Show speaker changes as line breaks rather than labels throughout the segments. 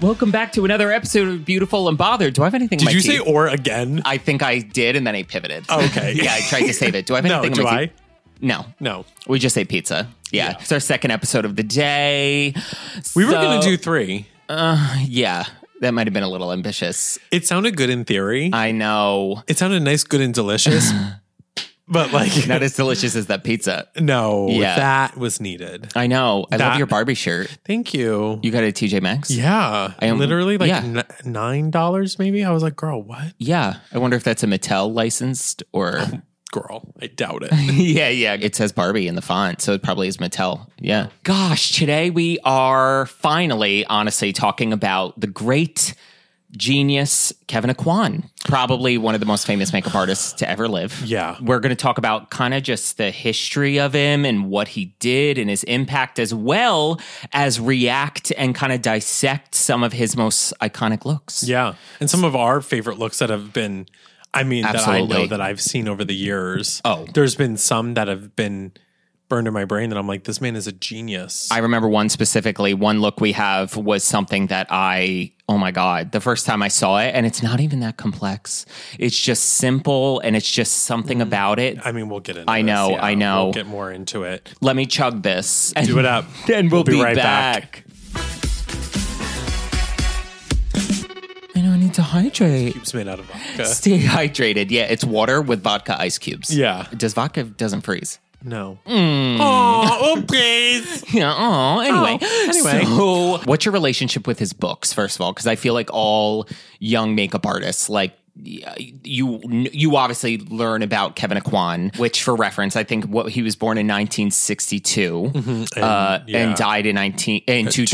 Welcome back to another episode of Beautiful and Bothered. Do I have anything? in
Did
my
you
teeth?
say or again?
I think I did, and then I pivoted.
Okay.
yeah, I tried to save it. Do I have
no,
anything? in
do
my
I?
teeth? No,
No.
we just say pizza. Yeah.
Yeah.
it's our second episode of the day.
We were going to
So-
do three.
Yeah, that might have been a little ambitious.
It sounded good in theory.
I know.
it sounded nice, good, and delicious. but like,
Not as delicious as that pizza.
no,
Yeah.
that was needed.
I know. I love
That-
your Barbie shirt.
Thank you.
You got it at TJ Maxx?
yeah.
am-
literally like
yeah.
n- $9 maybe. I was like, girl, what?
Yeah. I wonder if that's a Mattel licensed or.
Oh, Girl, I doubt it.
yeah, yeah. It says Barbie in the font, so it probably is Mattel. Yeah. Gosh, today we are finally, honestly, talking about the great genius Kevin Aquan, probably one of the most famous makeup artists to ever live.
Yeah.
We're going to talk about kind of just the history of him and what he did and his impact, as well as react and kind of dissect some of his most iconic looks.
yeah. And some of our favorite looks that have been, I mean, that I
Absolutely.
know that I've seen over the years.
Oh.
There's been some that have been burned in my brain that I'm like, this man is a genius.
I remember one specifically. One look we have was something that I, oh my God, the first time I saw it, and it's not even that complex. It's just simple and it's just something
Mm.
about it.
I mean, we'll get into.
I
this,
know, I know.
We'll get more into it.
Let me chug this. And
Do it up.
Then we'll, be, back. I know I need to hydrate.
It's made out of vodka.
Stay hydrated. Yeah, it's water with vodka ice cubes.
Yeah.
Does vodka doesn't freeze?
No.
Hmm.
Oh, oh, please.
Yeah. Oh, anyway.
Oh, anyway.
So, what's your relationship with his books, first of all? Because I feel like all young makeup artists, like, y- you you obviously learn about Kevin Aquan, which for reference, I think what he was born in 1962 uh,
Mm-hmm. yeah. Uh,
and died in 19 in 2002,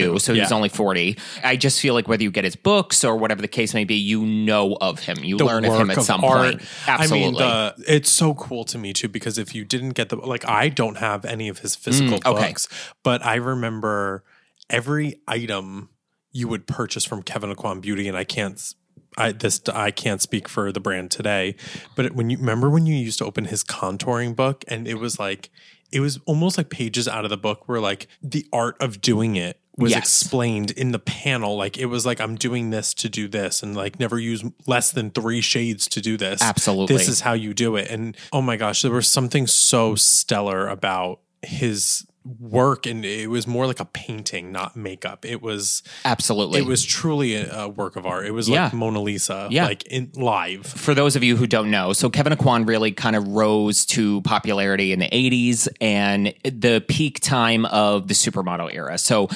2002,
so he was
yeah.
only 40. I just feel like whether you get his books or whatever the case may be, you know of him, you learn of him
work
at some
art.
point. Absolutely,
I mean, the, it's so cool to me too because if you didn't get the like, I don't have any of his physical
Hmm, okay.
books, but I remember every item you would purchase from Kevin Aquan Beauty, and I can't. s- I this I can't speak for the brand today, but when you remember when you used to open his contouring book, and it was like it was almost like pages out of the book where like the art of doing it was
Yes.
explained in the panel. Like it was like I'm doing this to do this, and like never use less than three shades to do this.
Absolutely.
this is how you do it. And oh my gosh, there was something so stellar about his work, and it was more like a painting, not makeup. It was
absolutely.
it was truly a, a work of art. It was like
Yeah.
Mona Lisa,
Yeah.
like in live.
for those of you who don't know, so Kevin Aquan really kind of rose to popularity in the 80s and the peak time of the supermodel era. So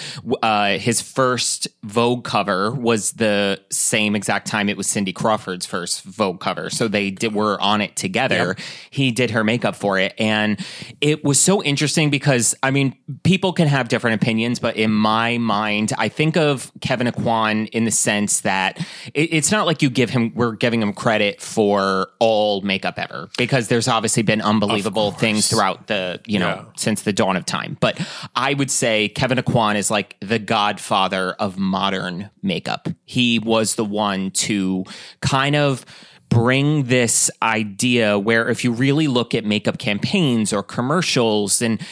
uh, his first Vogue cover was the same exact time it was Cindy Crawford's first Vogue cover. So they did, were on it together. He did her makeup for it. And it was so interesting because, I mean, people can have different opinions, but in my mind, I think of Kevin Aquan in the sense that it, it's not like you give him, we're giving him credit for all makeup ever, because there's obviously been unbelievable things throughout the, you know,
Yeah.
since the dawn of time. But I would say Kevin Aquan is like the godfather of modern makeup. He was the one to kind of bring this idea where if you really look at makeup campaigns or commercials and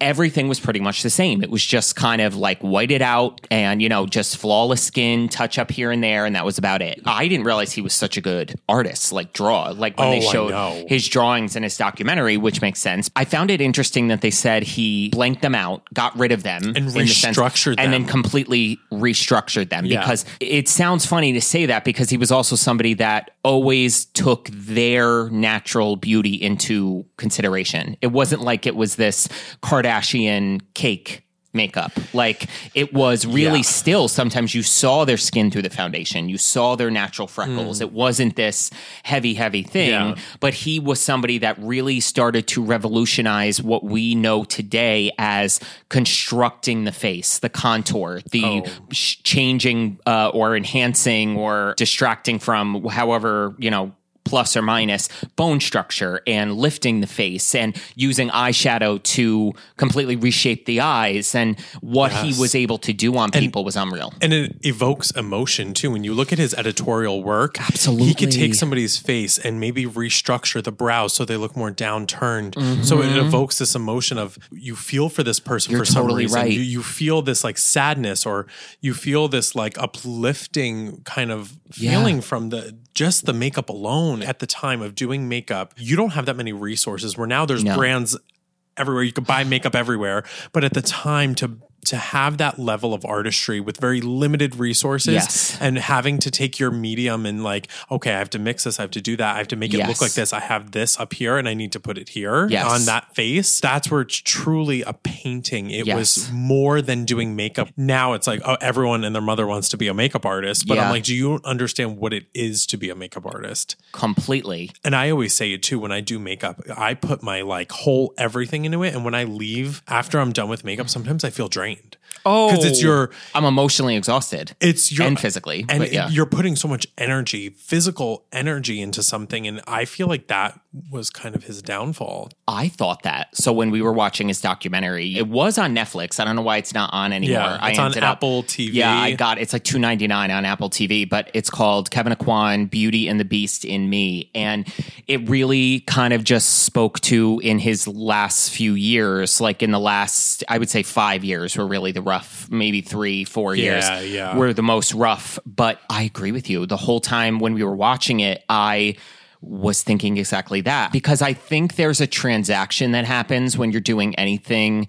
everything was pretty much the same. It was just kind of like white it out and, you know, just flawless skin, touch up here and there. And that was about it. I didn't realize he was such a good artist, like draw, like when they
Oh, I
showed
know.
his drawings in his documentary, which makes sense. I found it interesting that they said he blanked them out, got rid of them, in the sense-
restructured
and then
them.
completely restructured them
Yeah.
because it sounds funny to say that because he was also somebody that always took their natural beauty into consideration. It wasn't like it was this Kardashian cake makeup. Like it was really
Yeah.
still sometimes you saw their skin through the foundation, you saw their natural freckles. It wasn't this heavy heavy thing,
Hmm. Yeah.
but he was somebody that really started to revolutionize what we know today as constructing the face, the contour, the
Oh.
sh- changing uh, or enhancing or distracting from however, you know, plus or minus bone structure and lifting the face and using eyeshadow to completely reshape the eyes and what
Yes.
he was able to do on people was unreal.
And it evokes emotion too. When you look at his editorial work, he
Absolutely.
could take somebody's face and maybe restructure the brows so they look more downturned. So it evokes this emotion of you feel for this person
Mm-hmm. You're
for some
totally
reason.
right.
You, you feel this like sadness or you feel this like uplifting kind of
Yeah.
feeling from the just the makeup alone at the time of doing makeup. You don't have that many resources where now there's
No.
brands everywhere. You could buy makeup everywhere, but at the time to to have that level of artistry with very limited resources
Yes.
and having to take your medium and like, okay, I have to mix this, I have to do that, I have to make it
Yes.
look like this. I have this up here and I need to put it here
Yes.
on that face. That's where it's truly a painting. It
Yes.
was more than doing makeup. Now it's like, oh, everyone and their mother wants to be a makeup artist. But
Yeah.
I'm like, do you understand what it is to be a makeup artist?
Completely.
and I always say it too when I do makeup, I put my like whole everything into it. And when I leave after I'm done with makeup, sometimes I feel drained.
Oh,
Because it's your,
I'm emotionally exhausted
it's your,
and physically.
and
but yeah.
you're putting so much energy, physical energy into something. And I feel like that was kind of his downfall.
I thought that. So when we were watching his documentary, it was on Netflix. I don't know why it's not on anymore. I
It's on
ended up-
Apple TV.
Yeah, I got it's like two ninety nine on Apple TV, but it's called Kevin Aquan, Beauty and the Beast in Me, and it really kind of just spoke to in his last few years, like in the last I would say five years were really the rough, maybe three, four
Yeah,
years
yeah.
were the most rough. But I agree with you. The whole time when we were watching it, I was thinking exactly that because I think there's a transaction that happens when you're doing anything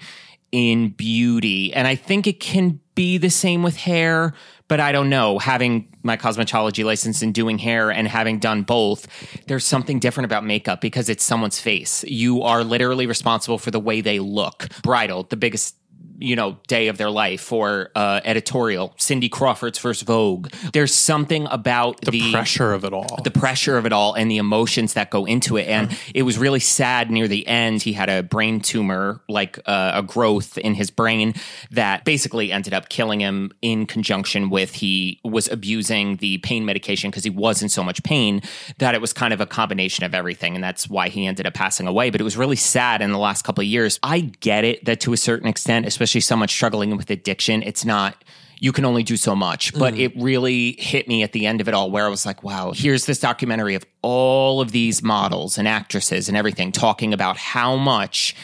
in beauty. And I think it can be the same with hair, but I don't know. Having my cosmetology license and doing hair and having done both, there's something different about makeup because it's someone's face. You are literally responsible for the way they look. Bridal, the biggest you know day of their life or uh, editorial cindy crawford's first vogue there's something about the,
pressure of it all.
the pressure of it all and the emotions that go into it and it was really sad near the end he had a brain tumor like uh, a growth in his brain that basically ended up killing him in conjunction with he was abusing the pain medication because he was in so much pain that it was kind of a combination of everything and that's why he ended up passing away but it was really sad in the last couple of years i get it that to a certain extent especially someone struggling with addiction it's not you can only do so much.
Mm.
But it really hit me at the end of it all where I was like, wow, here's this documentary of all of these models and actresses and everything talking about how much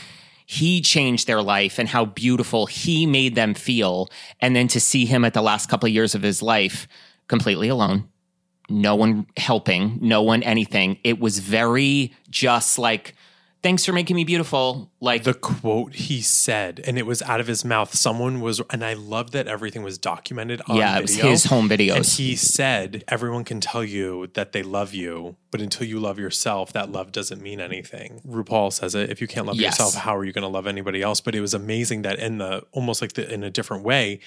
he changed their life and how beautiful he made them feel. And then to see him at the last couple of years of his life completely alone. No one helping, no one anything. It was very just like, thanks for making me beautiful. Like,
the quote he said, and it was out of his mouth. Someone was, and I love that everything was documented on
yeah,
video.
it was his home videos.
And he said, Everyone can tell you that they love you, but until you love yourself, that love doesn't mean anything. RuPaul says it. If you can't love
Yes.
yourself, how are you going to love anybody else? But it was amazing that in the almost like the, in a different way,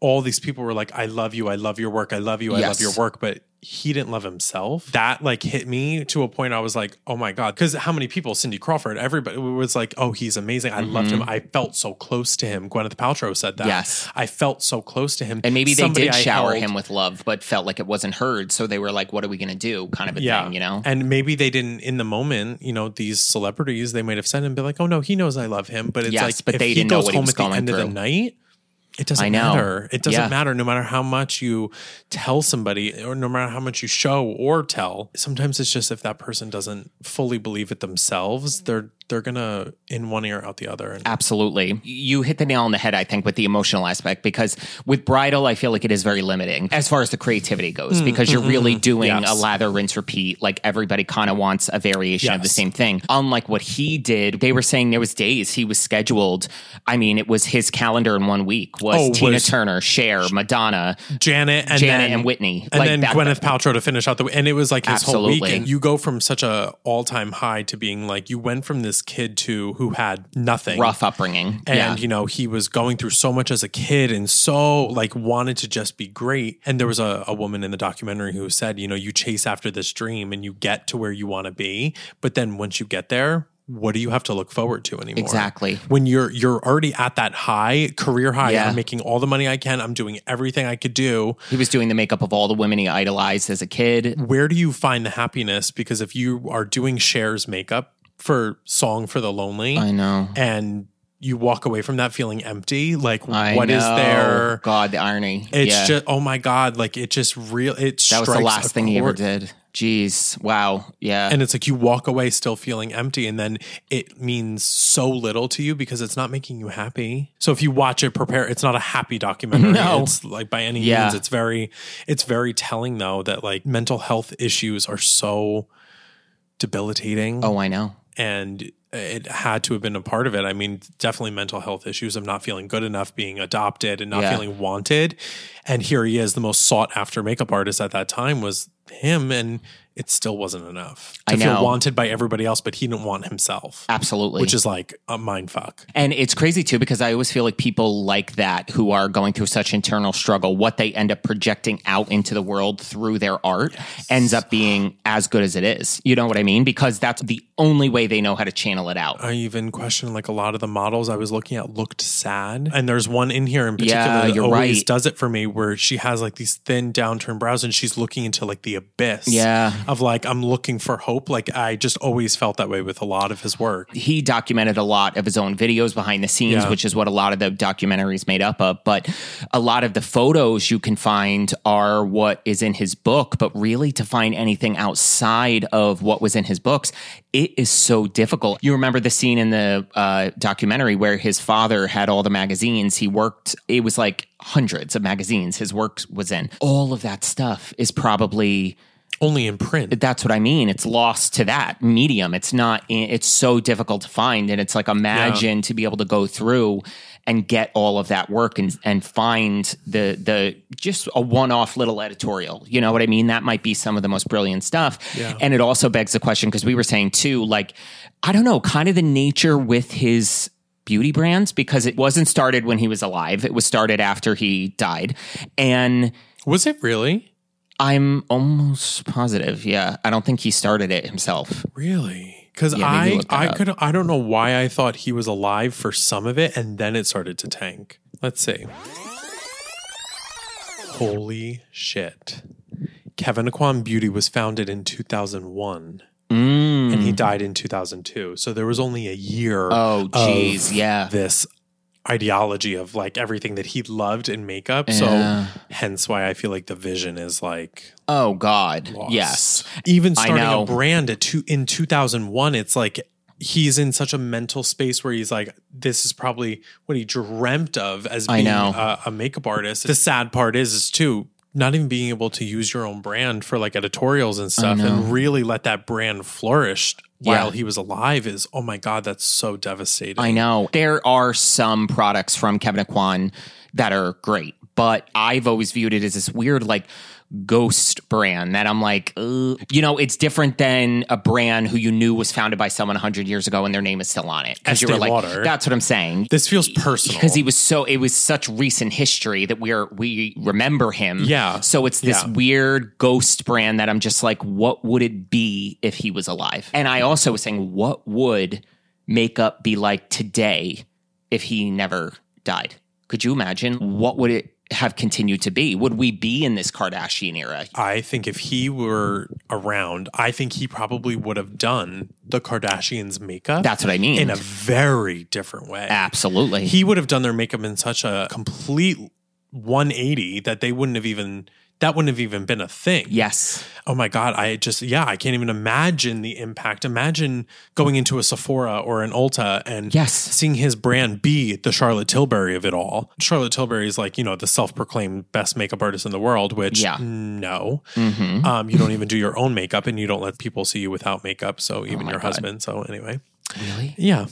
all these people were like, I love you. I love your work. I love you. I
Yes.
love your work. But he didn't love himself. That like hit me to a point I was like, oh my God. Cause how many people, Cindy Crawford, everybody was like, oh, he's amazing. I loved him. I felt so close to him. Gwyneth Paltrow said that.
Mm-hmm. Yes.
I felt so close to him.
And maybe they
Somebody
did
I
shower
held-
him with love, but felt like it wasn't heard. So they were like, what are we going to do? Kind of a thing, you know?
And maybe they didn't in the moment, you know, these celebrities, they might have said and be like, oh no, he knows I love him. But it's
Yes,
like,
but
if
they
he
didn't know
goes
what he
home
was
at the
going
end of
through.
the night, it doesn't
I know.
matter. It doesn't
Yeah.
matter no matter how much you tell somebody or no matter how much you show or tell. Sometimes it's just if that person doesn't fully believe it themselves, they're they're gonna in one ear out the other. And
Absolutely. You hit the nail on the head, I think, with the emotional aspect, because with bridal, I feel like it is very limiting as far as the creativity goes,
Mm,
because you're really doing
Yes.
a lather, rinse, repeat. Like everybody kind of wants a variation of the
Yes.
same thing. Unlike what he did, they were saying there was days he was scheduled. I mean, it was his calendar in one week was
Oh,
Tina
was-
Turner, Cher, Madonna,
Janet and
Janet
then,
and Whitney.
and
Like
then
that-
Gwyneth Paltrow to finish out the and it was like his
Absolutely.
whole weekend. You go from such a all time high to being like you went from this kid to who had nothing
rough upbringing.
and
yeah.
you know he was going through so much as a kid and so like wanted to just be great and there was a, a woman in the documentary who said you know you chase after this dream and you get to where you want to be but then once you get there what do you have to look forward to anymore?
Exactly.
When you're you're already at that high career high,
Yeah.
I'm making all the money I can. I'm doing everything I could do.
He was doing the makeup of all the women he idolized as a kid.
Where do you find the happiness? Because if you are doing Cher's makeup for "Song for the Lonely"
I know.
and you walk away from that feeling empty, like what
I
is
know.
there?
God, the irony.
It's
yeah.
just oh my god! Like it just real. It
that was the
strikes
last
a
thing he ever
chord.
did. Jeez. Wow. Yeah.
and it's like you walk away still feeling empty and then it means so little to you because it's not making you happy so if you watch it prepare it's not a happy documentary
No.
it's like by any
Yeah.
means it's very it's very telling though that like mental health issues are so debilitating
oh, I know.
and it had to have been a part of it i mean definitely mental health issues of not feeling good enough being adopted and not
Yeah.
feeling wanted and here he is the most sought after makeup artist at that time was him and it still wasn't enough to
I know.
feel wanted by everybody else but he didn't want himself
Absolutely.
which is like a mind fuck
And it's crazy too because I always feel like people like that who are going through such internal struggle, what they end up projecting out into the world through their art ends up being as good as it is. You know what I mean? Because that's the only way they know how to channel it out.
I even questioned like a lot of the models I was looking at looked sad. And there's one in here in particular
Yeah,
that
you're
always
right.
does it for me where she has like these thin downturned brows and she's looking into like the abyss.
Yeah.
Of like I'm looking for hope. Like I just always felt that way with a lot of his work.
he documented a lot of his own videos behind the scenes,
Yeah.
which is what a lot of the documentaries made up of. But a lot of the photos you can find are what is in his book. But really, to find anything outside of what was in his books, it is so difficult. You remember the scene in the uh, documentary where his father had all the magazines he worked. It was like hundreds of magazines his work was in. All of that stuff is probably
Only in print.
that's what I mean. It's lost to that medium. It's not. It's so difficult to find, and it's like imagine to be able to go through and get all of that work and and find the the just a one off little editorial. You know what I mean? That might be some of the most brilliant stuff. And it also begs the question because we were saying too, like I don't know, kind of the nature with his beauty brands because it wasn't started when he was alive. It was started after he died, and.
Was it really?
I'm almost positive. Yeah, I don't think he started it himself.
Really? Because
Yeah, maybe
I
look that
I
up.
could I don't know why I thought he was alive for some of it and then it started to tank. Let's see. Holy shit. Kevin Aquam Beauty was founded in 2001
Mm.
and he died in 2002. So there was only a year
oh, jeez,
of
yeah.
this ideology of like everything that he loved in makeup.
Yeah.
So hence why I feel like the vision is like
Oh God,
lost.
yes.
Even starting
know.
a brand at two, in 2001, it's like he's in such a mental space where he's like, this is probably what he dreamt of as
I
being
know.
A, a makeup artist. The sad part is, is too, not even being able to use your own brand for like editorials and stuff and really let that brand flourish while
Yeah.
he was alive is, oh my God, that's so devastating.
I know there are some products from Kevin Aquan that are great, but I've always viewed it as this weird like ghost brand that I'm like, "Ugh." you know, it's different than a brand who you knew was founded by someone 100 years ago and their name is still on it. Because you were
Estee
like,
Lauder.
that's what I'm saying.
This feels personal.
because he was so it was such recent history that we're we remember him
Yeah.
so it's this
Yeah.
weird ghost brand that i'm just like what would it be if he was alive and i also was saying what would makeup be like today if he never died could you imagine what would it have continued to be would we be in this kardashian era
I think if he were around, I think he probably would have done the Kardashians makeup.
that's what i mean
in a very different way.
Ah. absolutely
He would have done their makeup in such a complete 180 that they wouldn't have even that wouldn't have even been a thing.
yes
Oh my god, I just yeah, I can't even imagine the impact. Imagine going into a Sephora or an Ulta and
Yes.
seeing his brand be the Charlotte Tilbury of it all. Charlotte Tilbury is like, you know, the self-proclaimed best makeup artist in the world, which
Yeah.
no.
hmm
Um, you don't even do your own makeup and you don't let people see you without makeup, so even
Oh my
your
God.
husband. So anyway.
really
Yeah.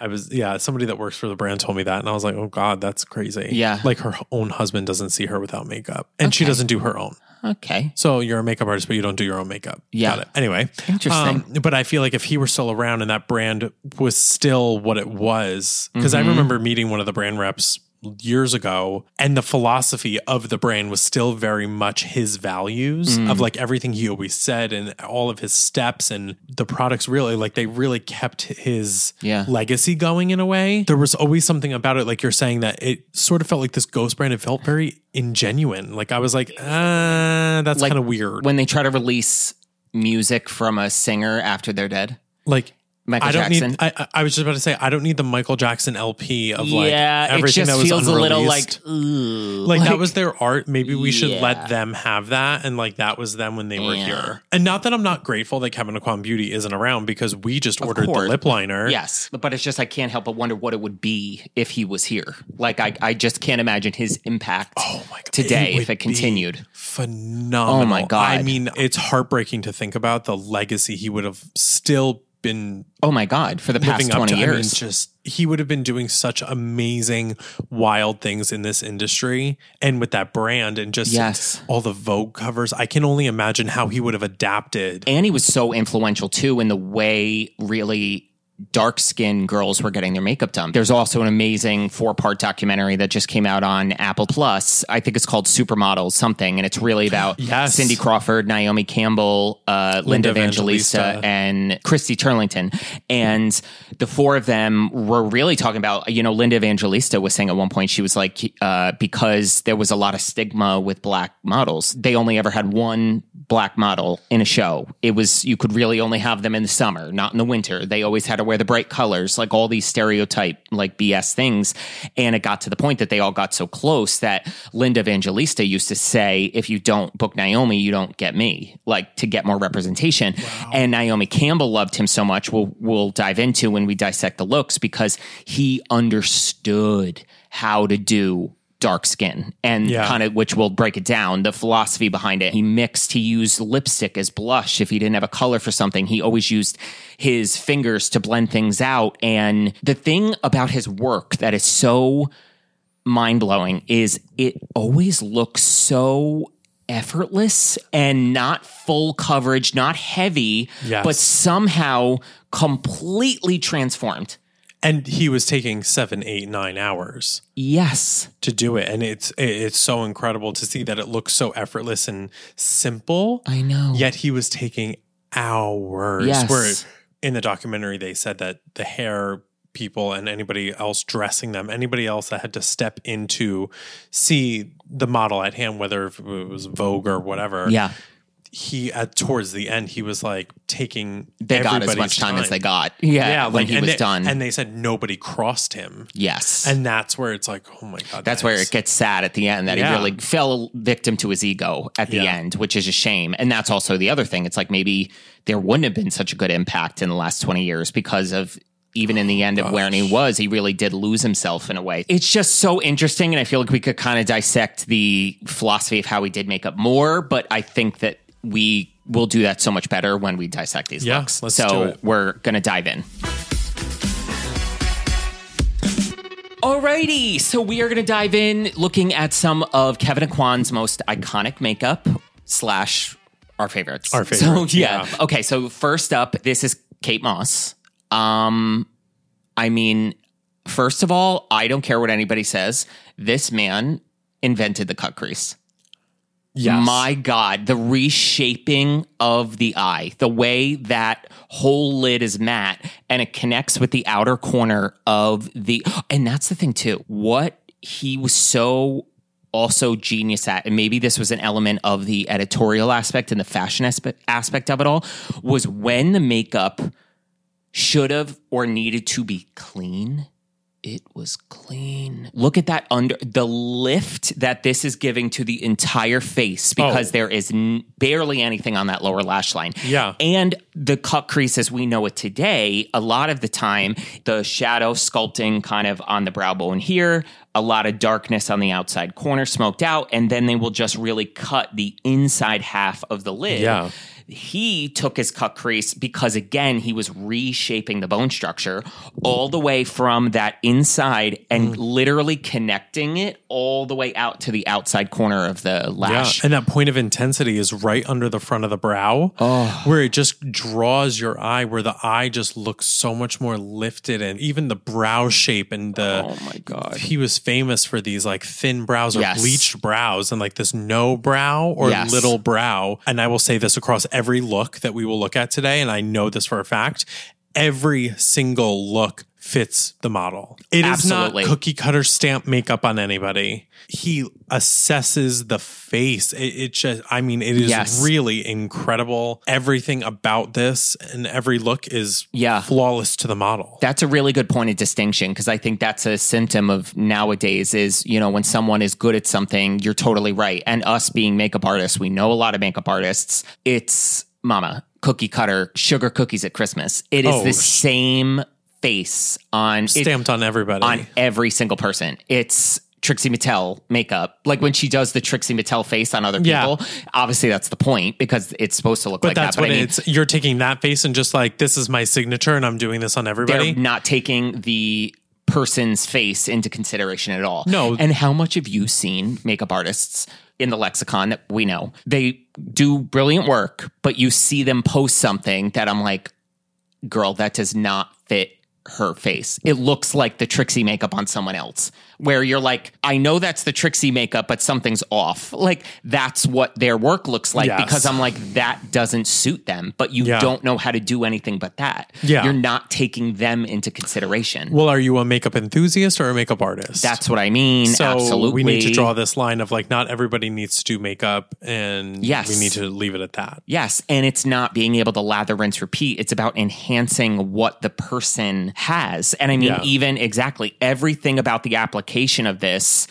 I was yeah, somebody that works for the brand told me that and I was like, "Oh god, that's crazy."
Yeah.
Like her own husband doesn't see her without makeup and she doesn't do her own.
okay
So you're a makeup artist but you don't do your own makeup.
Yeah.
Got it. Anyway.
Interesting.
Um, but I feel like if he were still
Mm-hmm.
around and that brand was still what it was cuz I remember meeting one of the brand reps years ago and the philosophy of the brand was still very much his values
Mm.
of like everything he always said and all of his steps and the products really like they really kept his
Yeah.
legacy going in a way there was always something about it like you're saying that it sort of felt like this ghost brand it felt very ingenuine like i was like uh that's
Like,
kind of weird
when they try to release music from a singer after they're dead.
like
Michael
I don't
Jackson.
need. I, I- I was just about to say I don't need the Michael Jackson LP of like
yeah, it
everything
just
that was
feels a little like,
unreleased.
ooh.
like, that was their art. Maybe we should
Yeah.
let them have that. And like that was them when they were
Yeah.
here. And not that I'm not grateful that Kevin Aquan Beauty isn't around because we just ordered
course.
the lip liner.
Yes, but it's just I can't help but wonder what it would be if he was here. Like I, I just can't imagine his impact
Oh my God.
today if
would
it
be
continued.
Phenomenal.
Oh my God.
I mean, it's heartbreaking to think about the legacy he would have still been
Oh my god, for the past
living up
twenty
to. I mean,
years.
just he would have been doing such amazing, wild things in this industry and with that brand, and just
Yes.
all the Vogue covers. I can only imagine how he would have adapted.
and he was so influential too in the way really dark skinned girls were getting their makeup done. There's also an amazing four part documentary that just came out on Apple Plus. I think it's called Supermodels something, and it's really about
Yes.
Cindy Crawford, Naomi Campbell, uh, Linda,
Linda
Evangelista,
Evangelista.
and Christy Turlington. And the four of them were really talking about, you know, Linda Evangelista was saying at one point, she was like, uh, because there was a lot of stigma with black models, they only ever had one black model in a show. It was, you could really only have them in the summer, not in the winter. They always had to wear the bright colors, like all these stereotype, like BS things. And it got to the point that they all got so close that Linda Evangelista used to say, if you don't book Naomi, you don't get me, like to get more representation. And Naomi Campbell loved him so much. We'll, we'll dive into when we dissect the looks because he understood how to do dark skin and
Yeah.
kind of which will break it down the philosophy behind it he mixed he used lipstick as blush if he didn't have a color for something he always used his fingers to blend things out and the thing about his work that is so mind blowing is it always looks so effortless and not full coverage not heavy
Yes.
but somehow completely transformed
And he was taking seven, eight, nine hours
yes
to do it, and it's it- it's so incredible to see that it looks so effortless and simple.
i know
Yet he was taking hours.
Yes.
Where in the documentary they said that the hair people and anybody else dressing them, anybody else that had to step in to see the model at hand, whether if it was Vogue or whatever.
yeah
He at towards the end he was like taking
they got as
everybody's
much time, as they got. Yeah,
Yeah,
when
like
he
and
was
they-
done.
And they said nobody crossed him.
yes,
And that's where it's like, oh my god.
that's
that
where
is-
it gets sad at the end that
Yeah.
he really fell victim to his ego at the
Yeah.
end, which is a shame. And that's also the other thing. It's like maybe there wouldn't have been such a good impact in the last twenty years because of. Even in the end of where he was, he really did lose himself in a way. It's just so interesting. And I feel like we could kind of dissect the philosophy of how he did make up more, but I think that we will do that so much better when we dissect these
Yeah,
looks.
let's
so
do it.
we're going to dive in. Alrighty, so we are going to dive in looking at some of Kevin Aquan's most iconic makeup slash our favorites.
Our
So
favorites,
yeah.
yeah.
Okay, so first up, this is Kate Moss. Um, I mean, first of all, I don't care what anybody says. This man invented the cut crease.
Yes.
My God, the reshaping of the eye, the way that whole lid is matte and it connects with the outer corner of the. And that's the thing, too. What he was so also genius at, and maybe this was an element of the editorial aspect and the fashion aspe- aspect of it all, was when the makeup should have or needed to be clean it was clean. Look at that under the lift that this is giving to the entire face because
Oh.
there is n- barely anything on that lower lash line.
Yeah.
And the cut crease as we know it today, a lot of the time, the shadow sculpting kind of on the brow bone here, a lot of darkness on the outside corner smoked out, and then they will just really cut the inside half of the lid.
Yeah.
He took his cut crease because, again, he was reshaping the bone structure all the way from that inside
Mm.
and literally connecting it all the way out to the outside corner of the
Yeah,
lash.
and that point of intensity is right under the front of the brow,
Oh.
where it just draws your eye, where the eye just looks so much more lifted, and even the brow shape and the.
oh my God.
He was famous for these like thin brows or
Yes.
bleached brows and like this no brow or
Yes.
little brow. And I will say this across every look that we will look at today, and I know this for a fact. Every single look fits the model. It is
Absolutely.
not cookie cutter stamp makeup on anybody. He assesses the face. It, it just, I mean, it is
Yes.
really incredible. Everything about this and every look is
Yeah.
flawless to the model.
That's a really good point of distinction because I think that's a symptom of nowadays is, you know, when someone is good at something, you're totally right. And us being makeup artists, we know a lot of makeup artists. It's mama, cookie cutter, sugar cookies at Christmas. It is
Oh,
the
sh-
same face on it-
Stamped on everybody.
on every single person. It's Trixie Mattel makeup. Like when she does the Trixie Mattel face on other
Yeah.
people, obviously that's the point because it's supposed to look
but
like
that's
that.
what
I mean,
it's. You're taking that face and just like, this is my signature and I'm doing this on everybody.
they're not taking the person's face into consideration at all.
No.
And how much have you seen makeup artists in the lexicon that we know? They do brilliant work, but you see them post something that I'm like, girl, that does not fit her face. It looks like the Trixie makeup on someone else, where you're like, I know that's the Trixie makeup, but something's off. Like, that's what their work looks like
Yes.
because I'm like, that doesn't suit them, but you
Yeah.
don't know how to do anything but that.
Yeah.
You're not taking them into consideration.
well, are you a makeup enthusiast or a makeup artist?
That's what I mean.
so
Absolutely.
we need to draw this line of like not everybody needs to do makeup and
Yes.
we need to leave it at that.
Yes, and it's not being able to lather, rinse, repeat. It's about enhancing what the person has. And I mean,
Yeah.
even exactly everything about the application of this,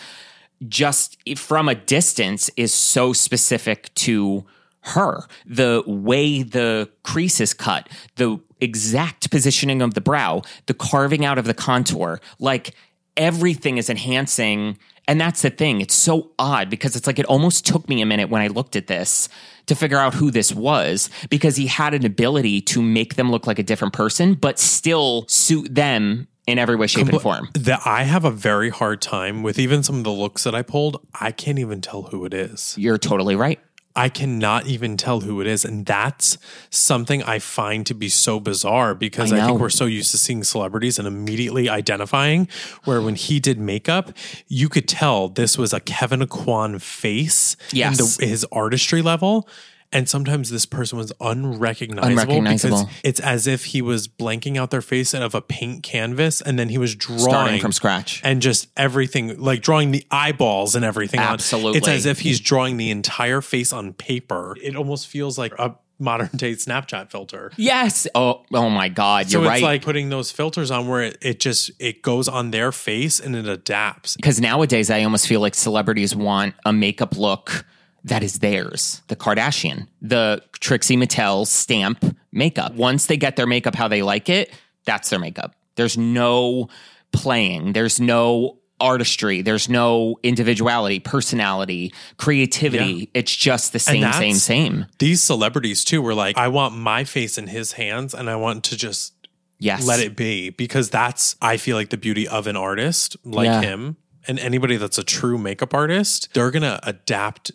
just from a distance, is so specific to her. The way the crease is cut, the exact positioning of the brow, the carving out of the contour, like everything is enhancing. And that's the thing. It's so odd because it's like it almost took me a minute when I looked at this to figure out who this was because he had an ability to make them look like a different person, but still suit them in every way, shape, and form.
that I have a very hard time with even some of the looks that I pulled. I can't even tell who it is.
You're totally right.
I cannot even tell who it is. And that's something I find to be so bizarre because
I
I,
know.
think we're so used to seeing celebrities and immediately identifying. Where when he did makeup, you could tell this was a Kevin Kwan face and
Yes.
the, his artistry level. And sometimes this person was unrecognizable,
Unrecognizable.
because it's as if he was blanking out their face out of a paint canvas and then he was drawing
Starting from scratch.
and just everything like drawing the eyeballs and everything on.
Absolutely.
it's as if he's drawing the entire face on paper it almost feels like a modern day snapchat filter
Yes. Oh, oh my God.
so
You're right.
it's like putting those filters on where it, it just it goes on their face and it adapts
because nowadays I almost feel like celebrities want a makeup look that is theirs. The Kardashian, the Trixie Mattel stamp makeup. Once they get their makeup how they like it, that's their makeup. There's no playing, there's no artistry, there's no individuality, personality, creativity. It's just the same,
that's-
same, same.
these celebrities too were like i want my face in his hands and i want to just
Yes.
let it be because that's i feel like the beauty of an artist like
Yeah.
him and anybody that's a true makeup artist they're going to adapt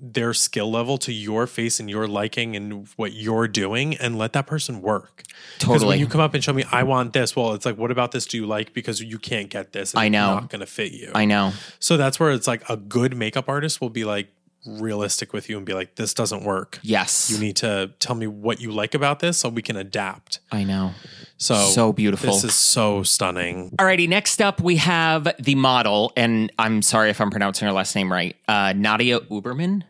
their skill level to your face and your liking and what you're doing and let that person work 'Cause
Totally.
when you come up and show me i want this well it's like what about this do you like because you can't get this and
I know.
it's not going to fit you
I know.
so that's where it's like a good makeup artist will be like realistic with you and be like this doesn't work
Yes.
you need to tell me what you like about this so we can adapt
I know.
so
So beautiful.
Oh, this is so stunning.
Alrighty, next up we have the model, and I'm sorry if I'm pronouncing her last name right. Uh, Nadia Uberman,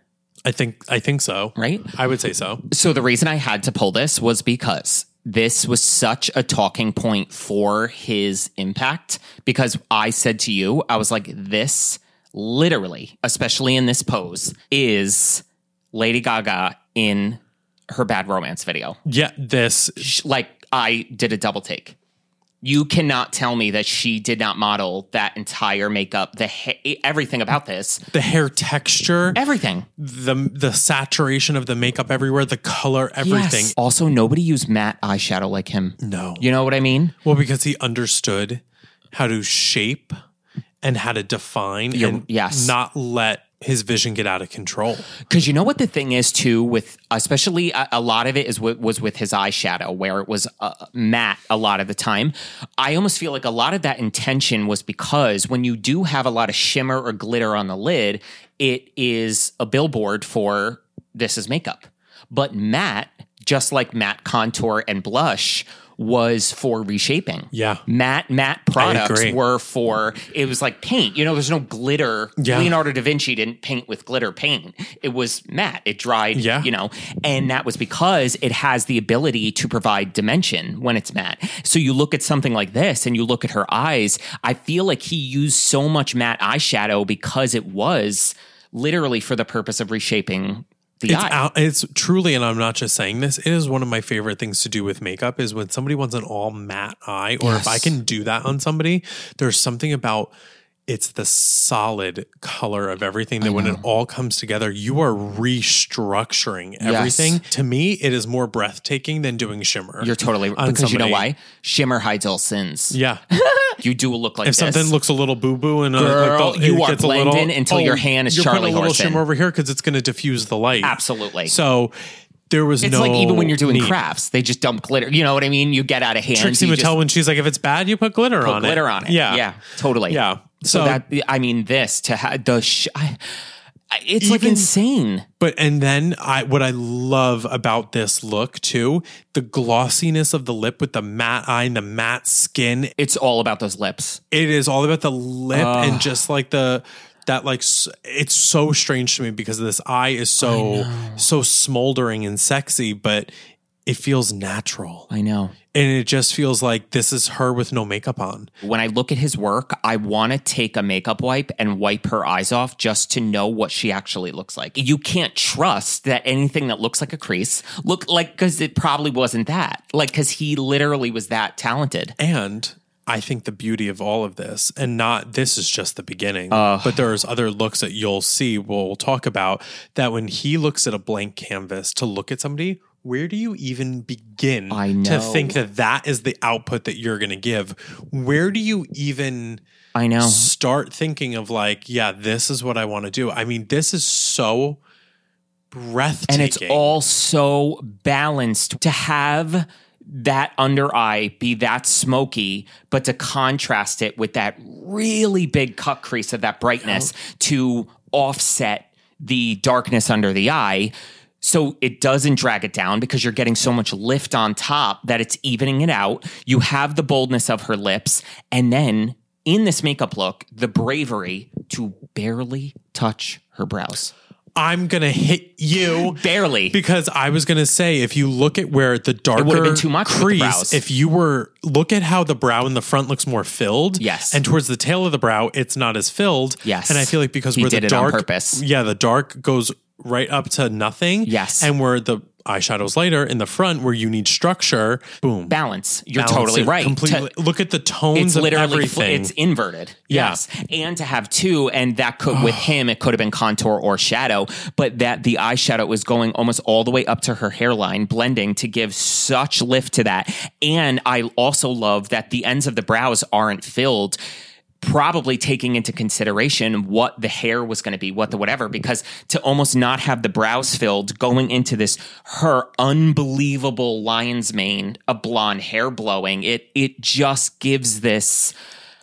I think I think so.
right?
I would say so.
So the reason I had to pull this was because this was such a talking point for his impact. Because I said to you, I was like, this literally, especially in this pose, is Lady Gaga in her bad romance video.
Yeah, this
Sh- Like, I did a double take. You cannot tell me that she did not model that entire makeup, the ha- everything about this,
The hair texture,
everything.
the the saturation of the makeup everywhere, the color, everything.
Yes. Also, nobody used matte eyeshadow like him.
No.
You know what I mean?
Well, because he understood how to shape and how to define
You're-
and
yes.
not let his vision get out of control.
Because you know what the thing is too with especially a, a lot of it is what was with his eyeshadow where it was uh, matte a lot of the time. I almost feel like a lot of that intention was because when you do have a lot of shimmer or glitter on the lid, it is a billboard for this is makeup. But matte, just like matte contour and blush, was for reshaping.
Yeah.
matte matte products
agree.
were for it was like paint. You know, there's no glitter.
Yeah.
Leonardo da Vinci didn't paint with glitter paint. It was matte. It dried,
Yeah.
you know, and that was because it has the ability to provide dimension when it's matte. So you look at something like this and you look at her eyes. I feel like he used so much matte eyeshadow because it was literally for the purpose of reshaping the
It's
eye.
out, it's truly, and I'm not just saying this. It is one of my favorite things to do with makeup is when somebody wants an all matte eye, or if I
Yes.
can do that on somebody, there's something about it's the solid color of everything that when it all comes together, you are restructuring everything. To me, it is more breathtaking than doing shimmer.
You're totally
on
because you know
somebody.
why? Shimmer hides all sins.
Yeah.
You do look like
If
this.
something looks a little boo boo and uh,
Girl,
like the,
you
it
are
gets a little- oh,
blending until your hand is
you're putting
Charlie
a little
Horse in.
shimmer over here because it's going to diffuse the light.
Absolutely.
So there was
It's
no.
like even when you're doing
need.
crafts, they just dump glitter. You know what I mean? You get out of hand.
Trixie
you
would
just
tell when she's like, if it's bad, you put glitter
put
on it.
glitter on it.
Yeah.
yeah, totally.
Yeah.
So,
So-
that I mean, this to ha- the sh- I, I- it's like
Even-
insane.
But and then I what I love about this look too, the glossiness of the lip with the matte eye and the matte skin.
It's all about those lips.
It is all about the lip and just like the that like s- it's so strange to me because this eye is so so smoldering and sexy, but it feels natural.
I know.
And it just feels like this is her with no makeup on.
When I look at his work, I want to take a makeup wipe and wipe her eyes off just to know what she actually looks like. You can't trust that anything that looks like a crease look like because it probably wasn't that. Like because he literally was that talented.
And I think the beauty of all of this, and not this is just the beginning,
Uh.
but there's other looks that you'll see, we'll talk about that when he looks at a blank canvas to look at somebody, where do you even begin
I
to
know.
think that that is the output that you're going to give? Where do you even
I know.
start thinking of, like, yeah, this is what I want to do? I mean, this is so breathtaking.
and it's all so balanced to have that under eye be that smoky but to contrast it with that really big cut crease of that brightness to offset the darkness under the eye so it doesn't drag it down because you're getting so much lift on top that it's evening it out you have the boldness of her lips and then in this makeup look the bravery to barely touch her brows
I'm going to hit you.
barely
Because I was gonna say, if you look at where the darker
would've been too much with the
crease,
brows.
if you were look at how the brow in the front looks more filled,
Yes.
and towards the tail of the brow, it's not as filled,
Yes.
And I feel like because
He
where the
did it on
dark,
purpose.
yeah, the dark goes right up to nothing,
Yes.
and where the eyeshadows later in the front where you need structure, boom,
balance. You're
balance
totally
it
right.
Completely
To-
look at the tones
it's
of
literally fl-
everything.
it's inverted.
Yeah.
Yes, and to have two, and that could with him it could have been contour or shadow, but that the eyeshadow was going almost all the way up to her hairline, blending to give such lift to that. And I also love that the ends of the brows aren't filled. Probably taking into consideration what the hair was going to be, what the whatever, because to almost not have the brows filled going into this her unbelievable lion's mane, a blonde hair blowing, it it just gives this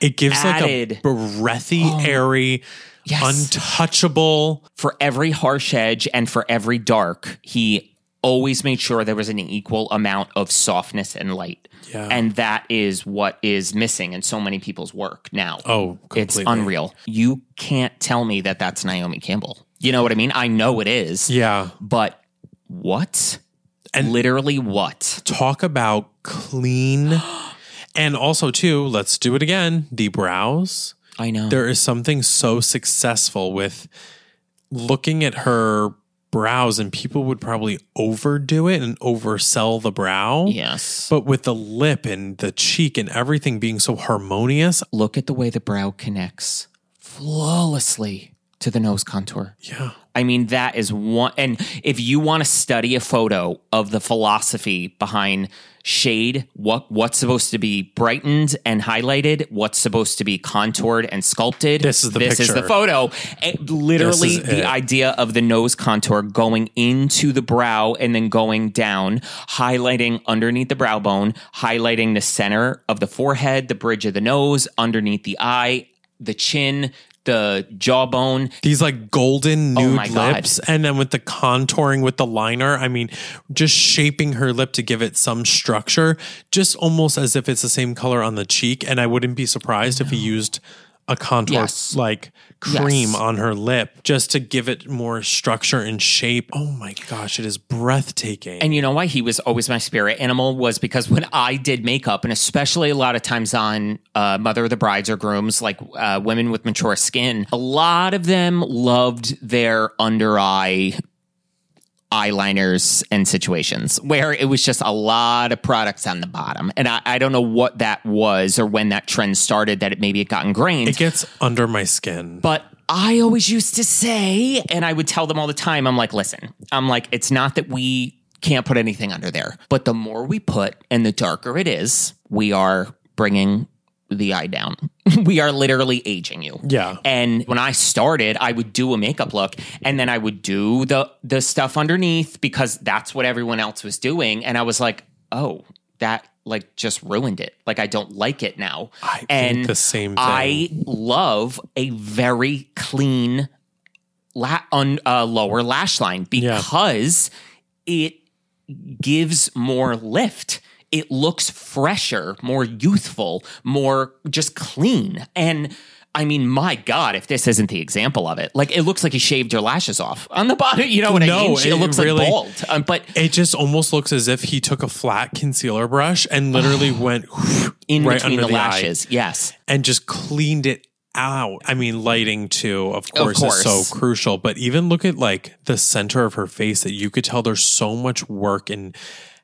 it gives
added- Oh.
like a breathy, airy,
Yes.
untouchable.
for every harsh edge and for every dark, he always made sure there was an equal amount of softness and light.
Yeah.
And that is what is missing in so many people's work now.
Oh, completely.
it's unreal. You can't tell me that that's Naomi Campbell. You know what I mean? I know it is.
Yeah.
But what?
And-
literally what?
talk about clean and also too let's do it again the brows
I know.
there is something so successful with looking at her brows, and people would probably overdo it and oversell the brow.
Yes.
But with the lip and the cheek and everything being so harmonious,
Look at the way the brow connects flawlessly to the nose contour.
yeah,
I mean, that is one. And if you want to study a photo of the philosophy behind shade, what what's supposed to be brightened and highlighted, what's supposed to be contoured and sculpted.
This is the
this is
picture.
the photo. It- literally,
This is
the
it.
idea of the nose contour going into the brow and then going down, highlighting underneath the brow bone, highlighting the center of the forehead, the bridge of the nose, underneath the eye, the chin. The jawbone,
these like golden
Oh
nude
my God.
lips, and then with the contouring with the liner, I mean, just shaping her lip to give it some structure, just almost as if it's the same color on the cheek. And I wouldn't be surprised if he used a contour
Yes.
like cream
Yes.
on her lip just to give it more structure and shape. Oh my gosh, it is breathtaking.
And you know why he was always my spirit animal was because when I did makeup, and especially a lot of times on uh, Mother of the Brides or Grooms, like uh, women with mature skin, a lot of them loved their under eye eyeliners and situations where it was just a lot of products on the bottom. And I, I don't know what that was or when that trend started that it maybe it got ingrained.
it gets under my skin.
But I always used to say, and I would tell them all the time, I'm like, listen, I'm like, it's not that we can't put anything under there, but the more we put and the darker it is, we are bringing the eye down. we are literally aging you.
yeah.
And when I started, I would do a makeup look and then I would do the the stuff underneath because that's what everyone else was doing and I was like, "Oh, that like just ruined it. Like I don't like it now."
I
and
think the same thing.
I love a very clean la- un, uh, lower lash line because it gives more lift. It looks fresher, more youthful, more just clean. And I mean, my God, if this isn't the example of it, like it looks like he shaved your lashes off on the bottom. You know what I
No,
mean? It,
it
looks
really-
like bald. Um, but
It just almost looks as if he took a flat concealer brush and literally went
in
right
between the,
under the eye.
lashes, yes.
and just cleaned it out. I mean, lighting too, of course, is
course.
so crucial. But even look at like the center of her face that you could tell there's so much work in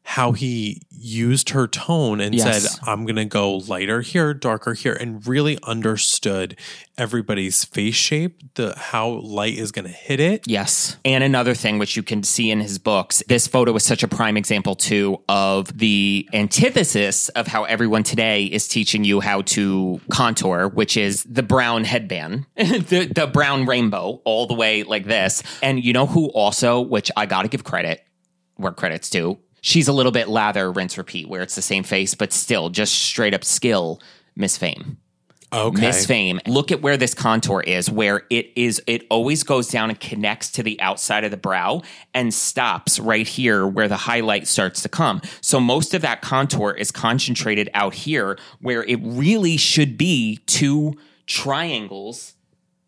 how he used her tone and
Yes.
said, I'm going to go lighter here, darker here, and really understood everybody's face shape, the how light is going to hit it.
Yes. And another thing, which you can see in his books, this photo is such a prime example, too, of the antithesis of how everyone today is teaching you how to contour, which is the brown headband, the, the brown rainbow, all the way like this. And you know who also, which I got to give credit where credit's due, she's a little bit lather, rinse, repeat, where it's the same face, but still just straight up skill, Miss Fame.
Okay.
Miss Fame. Look at where this contour is, where it is. It always goes down and connects to the outside of the brow and stops right here where the highlight starts to come. So most of that contour is concentrated out here, where it really should be two triangles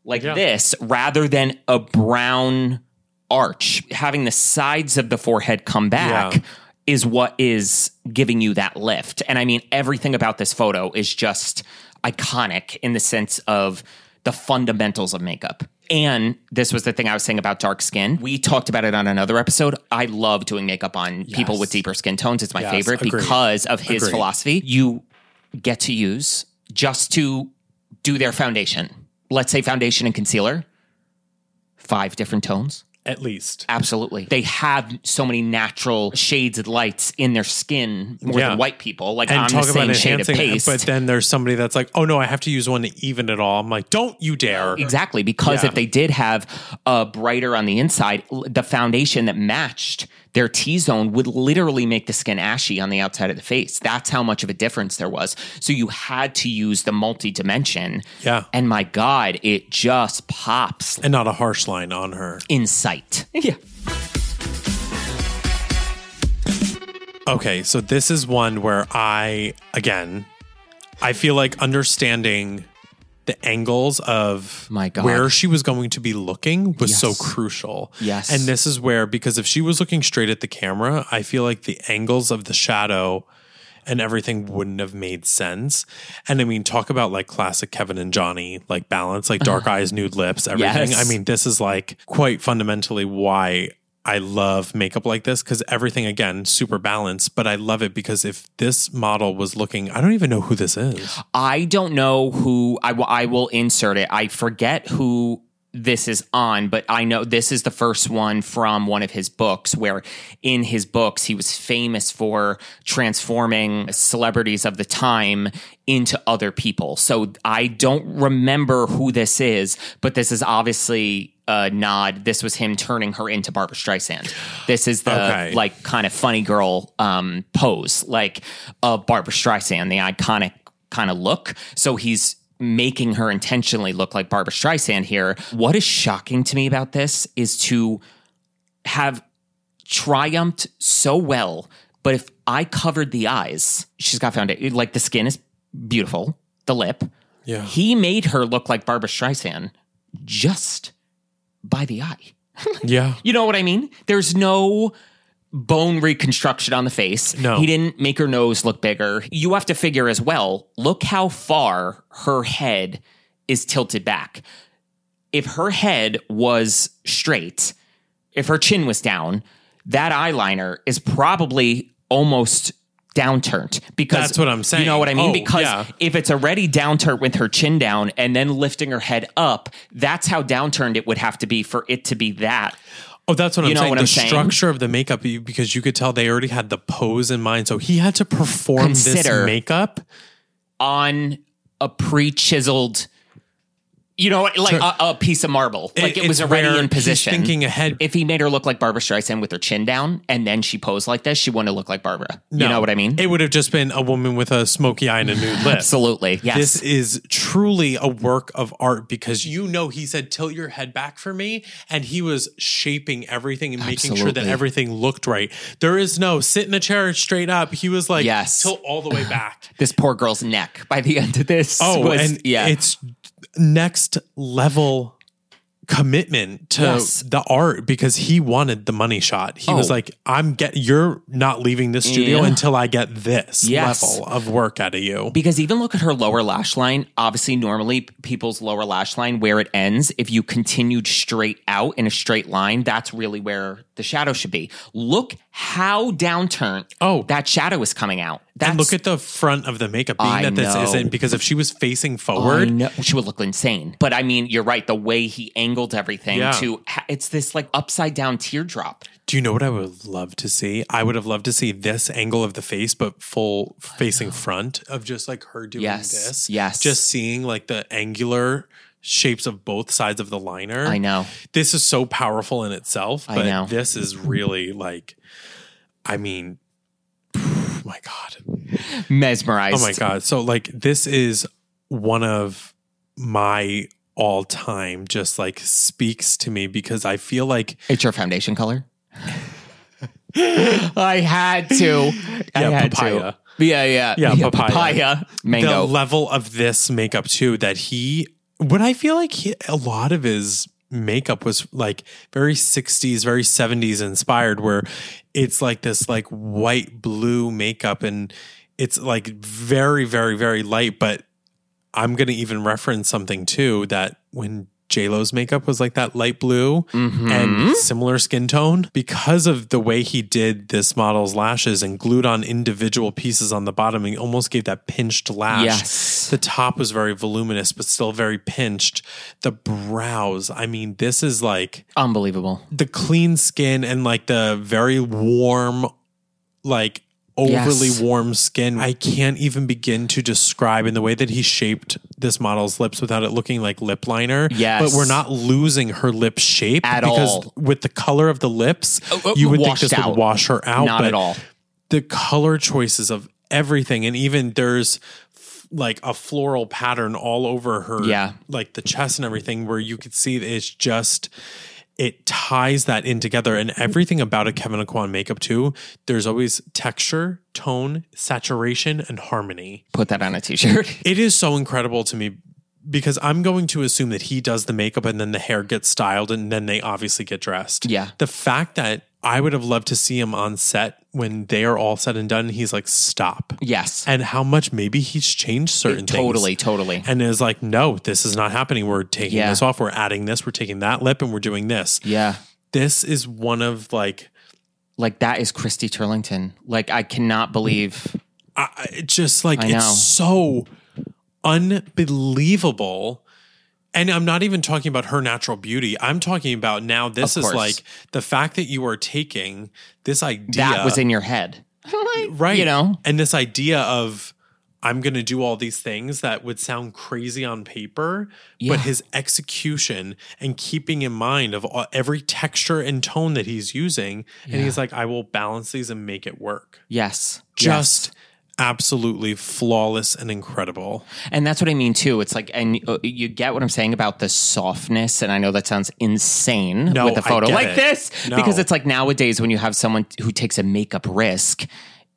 like this rather than a brown arch. Having the sides of the forehead come back
Yeah.
is what is giving you that lift. And I mean, everything about this photo is just iconic in the sense of the fundamentals of makeup. And this was the thing I was saying about dark skin. We talked about it on another episode. I love doing makeup on people with deeper skin tones. It's my
Yes,
favorite
agreed.
because of his
Agreed.
philosophy. You get to use just to do their foundation. Let's say foundation and concealer, five different tones.
At least.
Absolutely. They have so many natural shades and lights in their skin more
Yeah.
than white people. Like
and
I'm
talk
the
about
same shade of
enhancing it.
paste.
But then there's somebody that's like, oh no, I have to use one to even it all. I'm like, don't you dare.
Exactly, because
Yeah.
if they did have a brighter on the inside, l- the foundation that matched their T zone would literally make the skin ashy on the outside of the face. That's how much of a difference there was. So you had to use the multi dimension.
Yeah.
And my God, it just pops
And not a harsh line on her.
in sight. Yeah.
Okay, so this is one where I, again, I feel like understanding the angles of
My God.
where she was going to be looking was so
Yes.
crucial.
Yes.
And this is where, because if she was looking straight at the camera, I feel like the angles of the shadow and everything wouldn't have made sense. And I mean, talk about like classic Kevin and Johnny, like balance, like dark eyes, nude lips, everything.
Yes.
I mean, this is like quite fundamentally why I love makeup like this because everything again super balanced. But I love it because if this model was looking, I don't even know who this is.
I don't know who I will. I will insert it. I forget who this is on, but I know this is the first one from one of his books. Where in his books he was famous for transforming celebrities of the time into other people. So I don't remember who this is, but this is obviously a nod. This was him turning her into Barbara Streisand. This is the
Okay.
like kind of funny girl um, pose, like of Barbara Streisand, the iconic kind of look. So he's making her intentionally look like Barbara Streisand here. What is shocking to me about this is to have triumphed so well, but if I covered the eyes, she's got foundation. Like the skin is beautiful, the lip.
Yeah.
He made her look like Barbara Streisand just by the eye.
Yeah.
You know what I mean? There's no bone reconstruction on the face.
No.
He didn't make her nose look bigger. You have to figure as well look how far her head is tilted back. If her head was straight, if her chin was down, that eyeliner is probably almost downturned because
That's what I'm saying.
You know what I mean?
Oh,
because
yeah.
if it's already downturned with her chin down and then lifting her head up, that's how downturned it would have to be for it to be that
Oh, that's what I'm
know
saying.
what
the
I'm saying?
structure of the makeup, you- because you could tell they already had the pose in mind. So he had to perform
Consider-
this makeup.
on a pre-chiseled, you know, like a, a piece of marble. like it was
it's
already
where
in
he's
position.
thinking ahead.
If he made her look like Barbara Streisand with her chin down and then she posed like this, she wouldn't look like Barbara. You
No.
know what I mean?
It would have just been a woman with a smoky eye and a nude lip.
Absolutely. Yes.
This is truly a work of art because you know he said tilt your head back for me and he was shaping everything and making sure that
Absolutely.
everything looked right. There is no sit in the chair straight up. He was like
Yes.
tilt all the way back.
this poor girl's neck by the end of this.
Oh,
was,
and
yeah.
it's next level commitment to
Yes.
the art because he wanted the money shot. He was
Oh.
like, "I'm get you're not leaving this studio
Yeah.
until I get this
Yes.
level of work out of you."
Because even look at her lower lash line. Obviously, normally p- people's lower lash line, where it ends, if you continued straight out in a straight line, that's really where the shadow should be. Look how downturned
Oh.
that shadow is coming out. That's,
and look at the front of the makeup being
I
that this
know.
isn't because if she was facing
I
forward,
know, she would look insane. But I mean, you're right. The way he angled everything
Yeah.
to ha- it's this like upside down teardrop.
do you know what I would love to see? I would have loved to see this angle of the face, but full facing front of just like her doing
Yes,
this.
yes.
Just seeing like the angular shapes of both sides of the liner.
I know.
This is so powerful in itself,
I
but
know.
this is really like, I mean, my God.
Mesmerized.
Oh my god! So like this is one of my all time just like speaks to me because I feel like
It's your foundation color. I had to. I
Yeah,
had
papaya.
to. Yeah, yeah,
Yeah, papaya. the
mango.
level of this makeup too that he what I feel like he, a lot of his makeup was like very 60s very 70s inspired where it's like this like white blue makeup and it's like very very very light but I'm going to even reference something too that when J-Lo's makeup was like that light blue
Mm-hmm. Hmm?
and similar skin tone because of the way he did this model's lashes and glued on individual pieces on the bottom he almost gave that pinched lash.
Yes.
The top was very voluminous but still very pinched. The brows, I mean this is like
Unbelievable.
the clean skin and like the very warm, like overly
Yes.
warm skin. I can't even begin to describe in the way that he shaped this model's lips without it looking like lip liner.
Yes.
But we're not losing her lip shape
At
because
all.
with the color of the lips,
oh,
you would think
washed
this
out.
would wash her out.
Not
but
at all.
The color choices of everything, and even there's f- like a floral pattern all over her
Yeah.
like the chest and everything where you could see that it's just it ties that in together and everything about a Kevin Aquan makeup too there's always texture tone saturation and harmony
Put that on a t-shirt.
it is so incredible to me because I'm going to assume that he does the makeup and then the hair gets styled and then they obviously get dressed
Yeah.
the fact that I would have loved to see him on set when they are all said and done he's like stop
Yes.
and how much maybe he's changed certain things
Totally, totally.
and is like, no, this is not happening. We're taking
Yeah.
this off. We're adding this. We're taking that lip, and we're doing this.
Yeah.
This is one of like
Like that is Christy Turlington. Like I cannot believe
I, I- it's just like
I know.
it's so unbelievable. And I'm not even talking about her natural beauty. I'm talking about now. This
Of
is
course.
like the fact that you are taking this idea
that was in your head. Like,
right
You know?
and this idea of i'm going to do all these things that would sound crazy on paper
Yeah.
but his execution and keeping in mind of all, every texture and tone that he's using and he's like i will balance these and make it work
Yes. Yes.
just absolutely flawless and incredible
And that's what I mean too. It's like, and uh, you get what I'm saying about the softness. And I know that sounds insane
No,
with a
I
photo
get
like
it.
this,
No.
because it's like nowadays when you have someone who takes a makeup risk,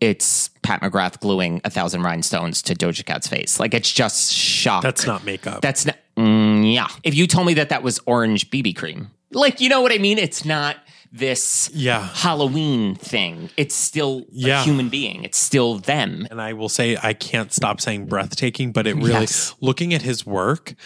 it's Pat McGrath gluing a thousand rhinestones to Doja Cat's face. Like it's just shock.
that's not makeup
That's not. Mm, yeah. If you told me that that was orange BB cream, like you know what I mean, it's not this
Yeah.
Halloween thing. It's still a
Yeah.
human being. It's still them.
and I will say I can't stop saying breathtaking, but it really
Yes.
looking at his work,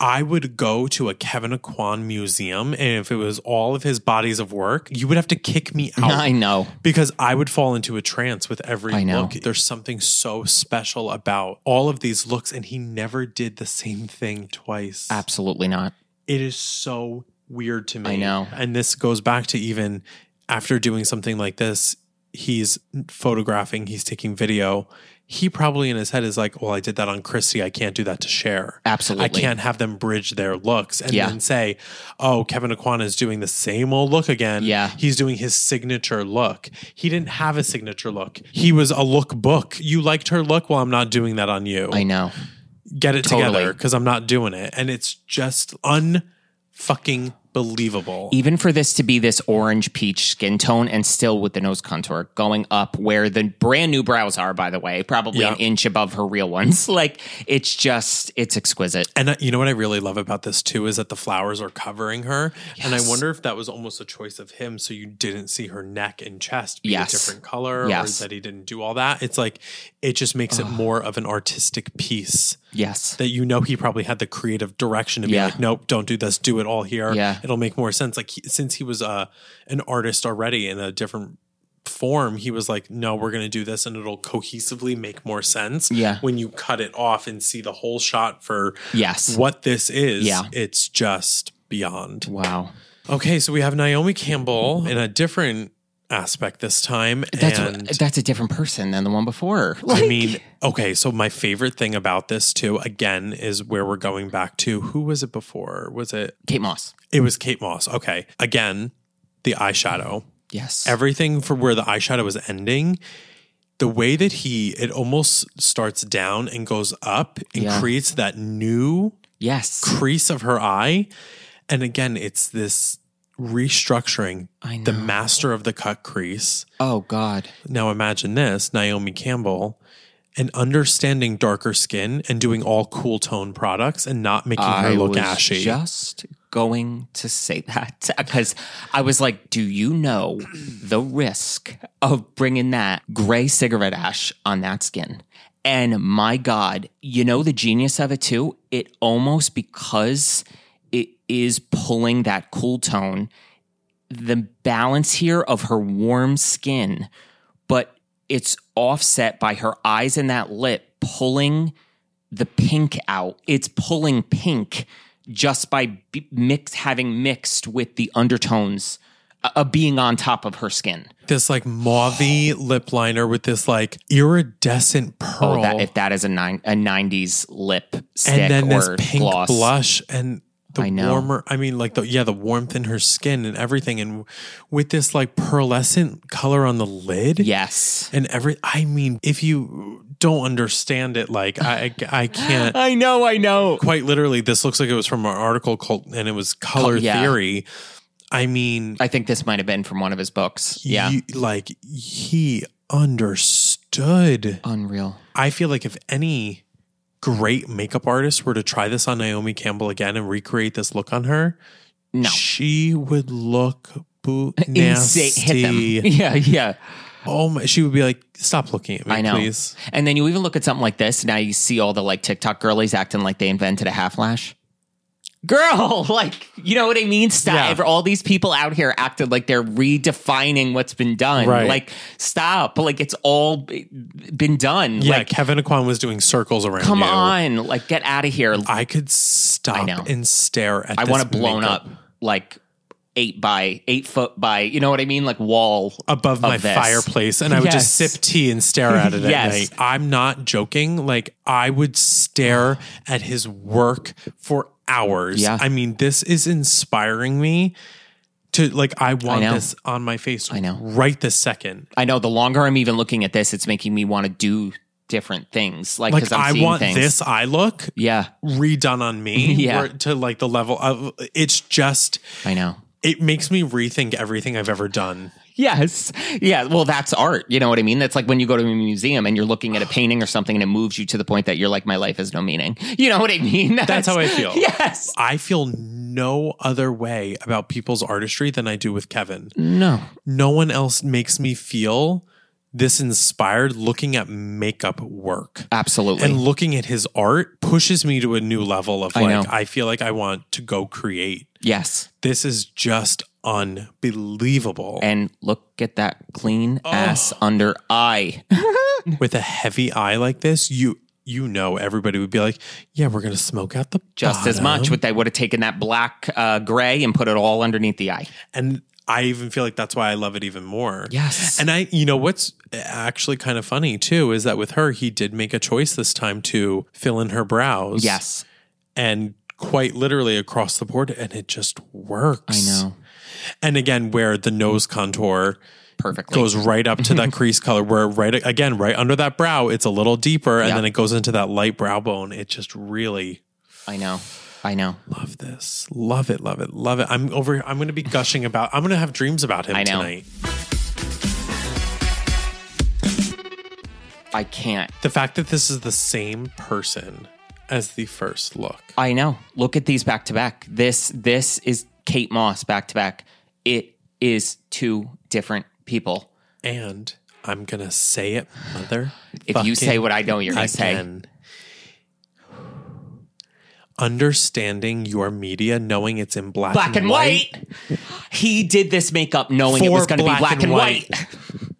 I would go to a Kevin Aquan museum and if it was all of his bodies of work, you would have to kick me out.
I know.
Because I would fall into a trance with every
I know.
look. There's something so special about all of these looks, and he never did the same thing twice.
Absolutely not.
It is so weird to me.
I know.
And this goes back to even after doing something like this, he's photographing, he's taking video. He probably in his head is like, Well, I did that on Christie. I can't do that to share.
Absolutely.
I can't have them bridge their looks and
Yeah.
then say, Oh, Kevin Aquan is doing the same old look again.
Yeah.
He's doing his signature look. He didn't have a signature look. He was a look book. You liked her look. Well, I'm not doing that on you
I know.
get it
Totally.
together because I'm not doing it. And it's just unfucking believable.
even for this to be this orange peach skin tone and still with the nose contour going up where the brand new brows are by the way probably an
Yeah.
inch above her real ones like it's just it's exquisite
And uh, you know what I really love about this too is that the flowers are covering her. And I
Yes.
wonder if that was almost a choice of him. So you didn't see her neck and chest be
Yes.
a different color
Yes.
or that he didn't do all that. It's like, it just makes it more of an artistic piece
yes
that you know he probably had the creative direction to be
Yeah.
like, nope, don't do this, do it all here.
Yeah.
It'll make more sense. Like, he, since he was uh, an artist already in a different form, he was like, no, we're going to do this and it'll cohesively make more sense.
Yeah.
When you cut it off and see the whole shot for
yes
what this is,
Yeah.
it's just beyond.
wow
Okay, so we have Naomi Campbell in a different aspect this time.
that's
and
that's a different person than the one before
I
Like-
mean, okay, so my favorite thing about this too, again, is where we're going back to who was it before? Was it
kate moss
it was Kate Moss. Okay. Again, the eyeshadow.
yes
Everything for where the eyeshadow is ending, the way that he it almost starts down and goes up and
Yeah.
creates that new
yes
crease of her eye. And again, it's this restructuring.
I
The
know.
master of the cut crease.
oh god
Now imagine this Naomi Campbell and understanding darker skin and doing all cool tone products and not making her
I
look
was
ashy.
just going to say that because I was like, do you know the risk of bringing that gray cigarette ash on that skin? And my God, you know the genius of it too? It almost because it is pulling that cool tone, the balance here of her warm skin, but it's offset by her eyes and that lip pulling the pink out. It's pulling pink just by b- mix having mixed with the undertones uh, uh, being on top of her skin.
this like mauvey lip liner with this like iridescent pearl
Oh, that if that is a nine a nineties lip stick
and then
or
this pink
gloss.
blush and the
I know.
warmer I mean like the yeah, the warmth in her skin and everything and with this like pearlescent color on the lid.
Yes.
And every I mean, if you don't understand it, like I I I can't
I know, I know.
quite literally this looks like it was from an article called and it was color
yeah.
theory i mean
I think this might have been from one of his books. Yeah.
he- like he understood
Unreal.
i feel like if any great makeup artist were to try this on naomi campbell again and recreate this look on her
No.
she would look boo
Insane. Hit them.
nasty
Yeah, yeah.
oh my she would be like stop looking at me
I know.
please
And then you even look at something like this. Now you see all the like TikTok girlies acting like they invented a half lash. girl, like, you know what I mean? Stop.
Yeah.
If All these people out here acted like they're redefining what's been done.
Right.
Like, stop. Like, it's all b- been done.
Yeah,
Like,
Kevin Aquan was doing circles around
come
you.
on. Like, get out of here. I,
I could stop
know.
and stare at. this
want a blown
makeup
up, like, eight by eight foot by, you know what I mean? Like, wall.
above my
this.
fireplace, and I would just
Yes.
sip tea and stare at it
Yes.
at night. I'm not joking. Like I would stare at his work for hours.
Yeah.
I mean, this is inspiring me to like. I want
know.
this on my face. I
know.
right this second.
I know the longer I'm even looking at this, it's making me want to do different things. Like,
Like
because I'm
I
seeing
want
things.
this eye look
Yeah,
redone on me.
Yeah.
where- to like the level of it's just.
I know.
It makes me rethink everything I've ever done.
Yes. Yeah. Well, that's art. You know what I mean? That's like when you go to a museum and you're looking at a painting or something and it moves you to the point that you're like, my life has no meaning. You know what I mean?
That's how I feel.
Yes.
I feel no other way about people's artistry than I do with Kevin.
No.
No one else makes me feel this inspired looking at makeup work.
Absolutely.
And looking at his art pushes me to a new level of
I
like,
know.
I feel like I want to go create.
yes.
This is just unbelievable.
And look at that clean
Oh.
ass under eye.
With a heavy eye like this, you you know everybody would be like, Yeah, we're gonna smoke out the
Just as
bottom."
much. With they would have taken that black uh, gray and put it all underneath the eye.
And I even feel like that's why I love it even more.
Yes.
And I, you know, what's actually kind of funny too is that with her, he did make a choice this time to fill in her brows.
yes.
And quite literally across the board. And it just
I
works.
know.
And again, where the nose contour
Perfectly.
goes right up to that crease color, where right, again, right under that brow, it's a little deeper. And
Yeah.
then it goes into that light brow bone. It just really.
I know. I know.
Love this. Love it. Love it. Love it. I'm over. I'm going to be gushing about, I'm going to have dreams about him
I know.
tonight.
I can't.
The fact that this is the same person as the first look.
I know. Look at these back to back. This this is Kate Moss back to back. It is two different people.
And I'm gonna say it, mother.
If you say what I know you're gonna say.
Understanding your media, knowing it's in black,
Black and white. He did this makeup knowing it
For
was gonna
black
be black
and
and, white.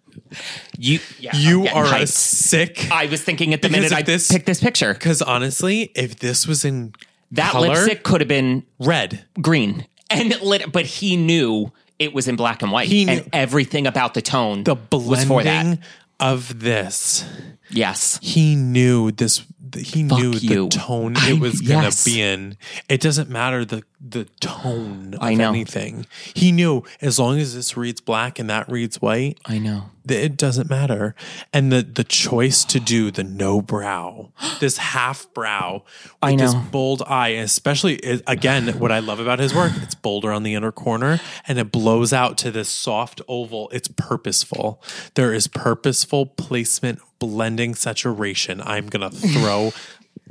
you yeah, I'm
You
getting
are a
hyped.
sick.
I was thinking at the
Because
minute
if
I
this-
picked this picture.
Because honestly, if this was in
That
color,
lipstick could have been
red,
green. And it lit but he knew it was in black and white.
He knew-
and everything about the tone
the
was for that.
blending of this,
Yes.
he knew this he knew
you.
the tone
I-
it was gonna
yes.
be in it doesn't matter the the tone of
I know.
anything he knew as long as this reads black and that reads white
I know.
th- it doesn't matter and the the choice to do the no brow this half brow with
I
this
know.
bold eye especially i- again what i love about his work it's bolder on the inner corner and it blows out to this soft oval it's purposeful there is purposeful placement blending saturation i'm gonna throw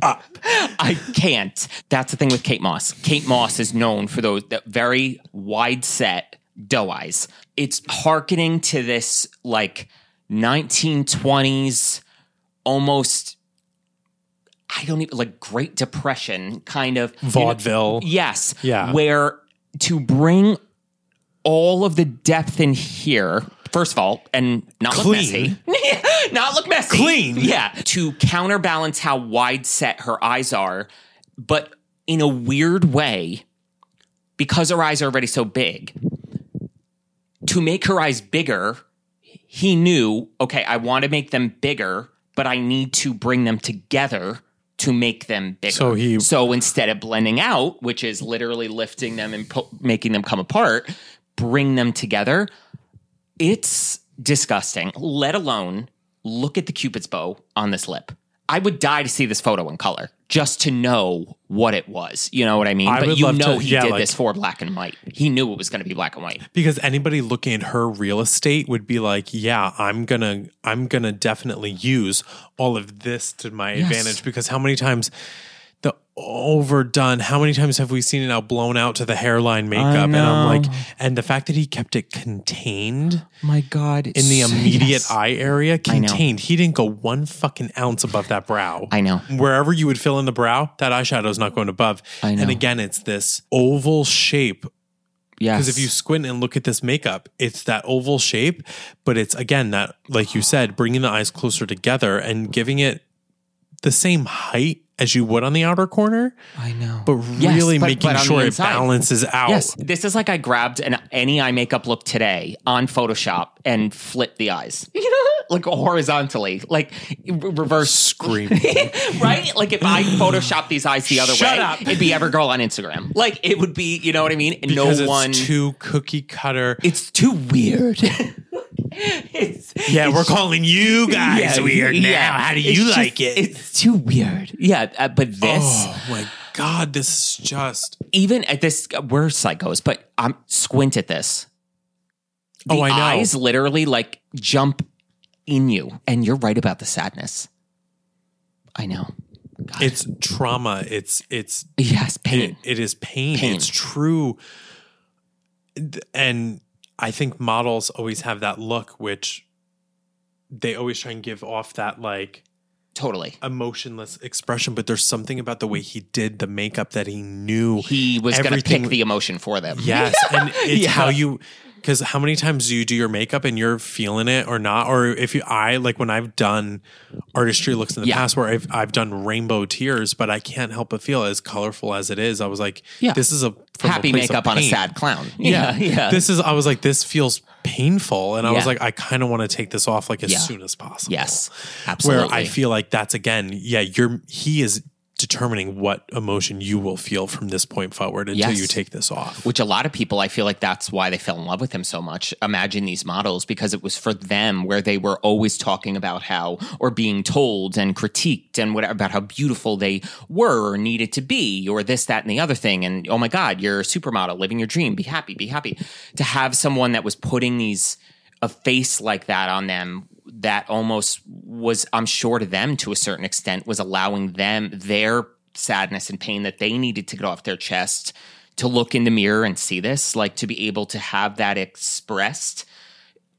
I can't. That's the thing with Kate Moss. Kate Moss is known for those that very wide set doe eyes. It's hearkening to this like 1920s almost I don't even like Great Depression kind of you know-
vaudeville
Yes.
Yeah.
Where to bring all of the depth in here, first of all, and not look
Clean.
messy. not look messy.
Clean.
Yeah. To counterbalance how wide set her eyes are, but in a weird way, because her eyes are already so big, to make her eyes bigger, he knew, okay, I want to make them bigger, but I need to bring them together to make them bigger.
So he-
So instead of blending out, which is literally lifting them and pu- making them come apart, bring them together. It's disgusting. Let alone look at the cupid's bow on this lip. I would die to see this photo in color just to know what it was. You know what I mean?
I
but
would
you
love
know
to-
he
yeah,
did
like-
this for black and white. He knew it was going to be black and white.
because anybody looking at her real estate would be like yeah i'm gonna i'm gonna definitely use all of this to my advantage because how many times the overdone. How many times have we seen it now blown out to the hairline makeup? And
know.
I'm like, and the fact that he kept it contained
My God.
in the immediate eye area,
know.
contained. He didn't go one fucking ounce above that brow.
I know.
Wherever you would fill in the brow, that eyeshadow's not going above.
I know.
And again, it's this oval shape
Yes.
because if you squint and look at this makeup, it's that oval shape, but it's again that, like you said, bringing the eyes closer together and giving it the same height as you would on the outer corner,
I know.
but
Yes,
really
but-
making
but on the
sure it
inside.
balances out.
Yes, this is like I grabbed an any eye makeup look today on Photoshop and flipped the eyes, you know, like horizontally, like re- reverse,
Screaming.
right? Like if I Photoshop these eyes the other
Shut
way,
up.
it'd be every girl on Instagram. Like it would be, you know what I mean? And
because
no
it's
one,
too cookie cutter.
it's too weird. it's,
yeah, we're calling you guys weird now.
yeah.
How do
It's
you
just-
like it?
It's too weird. Yeah, uh, but this.
oh my god, this is just.
even at this, we're psychos, but I'm squint at this. The
Oh, I know.
eyes literally like jump in you, and you're right about the sadness. I know. God.
It's trauma. It's it's
yes,
it,
pain.
it is pain.
Pain.
It's true. Th- And I think models always have that look, which they always try and give off that like
totally.
emotionless expression. But there's something about the way he did the makeup that he knew.
He was going to pick
everything-
the emotion for them.
yes. And it's
Yeah.
how you. Because how many times do you do your makeup and you're feeling it or not? Or if you, I like when I've done artistry looks in the
Yeah.
past where I've, I've done rainbow tears, but I can't help but feel as colorful as it is. I was like,
Yeah.
this is a from a
Happy
place of
makeup on a
pain.
sad clown.
yeah,
yeah.
This is. I was like, this feels painful, and I was
Yeah.
like, I kind of want to take this off like as
Yeah.
soon as possible.
yes,
where
absolutely.
I feel like that's again, yeah, you're he is determining what emotion you will feel from this point forward until
Yes.
you take this off.
which a lot of people i feel like that's why they fell in love with him so much imagine these models because it was for them where they were always talking about how or being told and critiqued and whatever about how beautiful they were or needed to be or this that and the other thing and oh my god you're a supermodel living your dream be happy be happy to have someone that was putting these a face like that on them that almost was i'm sure to them to a certain extent was allowing them their sadness and pain that they needed to get off their chest to look in the mirror and see this like to be able to have that expressed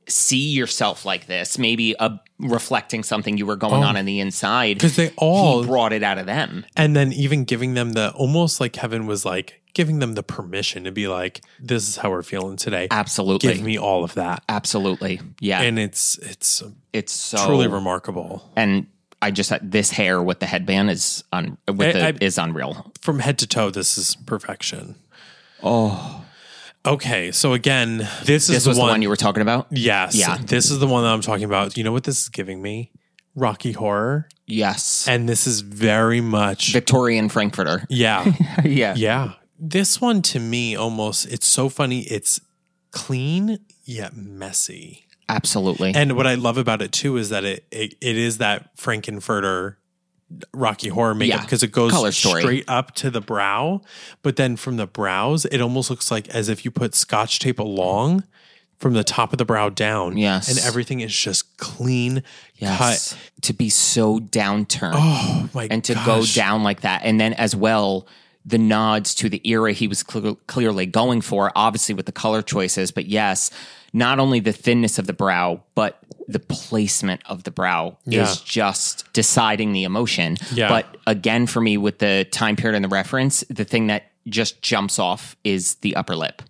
see yourself like this maybe uh, reflecting something you were going
Oh.
on in the inside
Because they
he
all,
brought it out of them
and then even giving them the almost like Kevin was like giving them the permission to be like, this is how we're feeling today.
absolutely
Give me all of that,
absolutely yeah
and it's it's
it's so
truly remarkable.
and I just uh, this hair with the headband is un, with the,
I-
is unreal.
from head to toe, this is perfection.
Oh,
Okay, so again, this, is
this
the
was
one.
the one you were talking about.
yes,
Yeah.
this is the one that I'm talking about. You know what this is giving me? Rocky Horror,
Yes,
and this is very much
Victorian Frankfurter.
yeah,
yeah,
yeah. This one to me almost it's so funny. It's clean yet messy,
absolutely.
and what I love about it too is that it it, it is that Frankenfurter. Rocky Horror makeup
Yeah.
because it goes
Color story.
straight up to the brow, but then from the brows, it almost looks like as if you put scotch tape along from the top of the brow down.
Yes.
And everything is just clean
yes, to be so downturned
cut. Oh my
and to
gosh.
go down like that, and then as well the nods to the era he was cl- clearly going for, obviously with the color choices. But yes, not only the thinness of the brow, but the placement of the brow
Yeah.
is just deciding the emotion.
Yeah.
But again, for me, with the time period and the reference, the thing that just jumps off is the upper lip.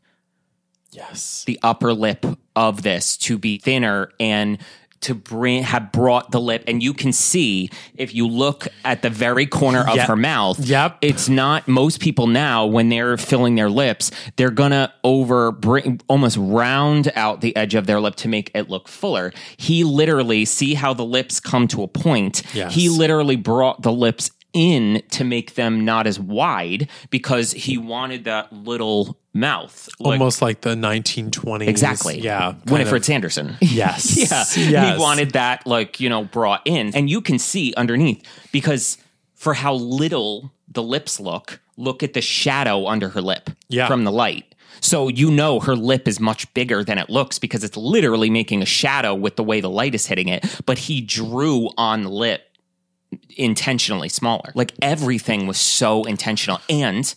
Yes.
The upper lip of this to be thinner and to bring have brought the lip, and you can see if you look at the very corner of
Yeah.
her mouth.
Yep.
it's not most people now when they're filling their lips, they're gonna over bring almost round out the edge of their lip to make it look fuller. He literally see how the lips come to a point.
Yes.
He literally brought the lips in to make them not as wide because he wanted that little mouth. Like-
Almost like the 1920s.
Exactly.
Yeah. kind
Winifred
of.
Sanderson.
Yes.
yeah.
Yes.
He wanted that, like, you know, brought in. And you can see underneath because for how little the lips look, look at the shadow under her lip
Yeah.
from the light. So you know her lip is much bigger than it looks because it's literally making a shadow with the way the light is hitting it. But he drew on the lip intentionally smaller. Like everything was so intentional. And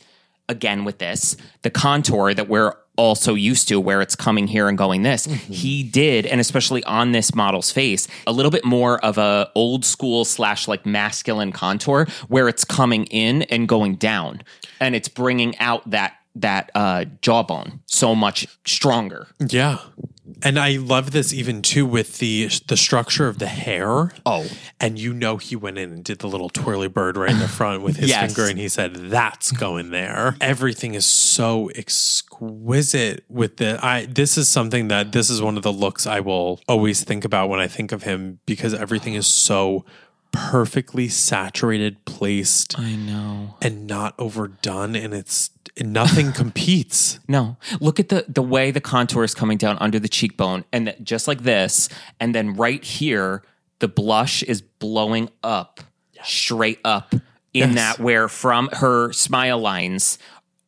again, with this, the contour that we're also used to where it's coming here and going this he did and especially on this model's face a little bit more of a old school slash like masculine contour where it's coming in and going down and it's bringing out that that uh, jawbone so much stronger
Yeah. And I love this even too with the the structure of the hair.
Oh.
And you know he went in and did the little twirly bird right in the front with his
Yes.
finger and he said, That's going there. Everything is so exquisite with the I this is something that this is one of the looks I will always think about when I think of him because everything is so perfectly saturated, placed
i know
and not overdone and it's nothing competes.
No. Look at the the way the contour is coming down under the cheekbone and that just like this and then right here the blush is blowing up straight up in
Yes.
that where from her smile lines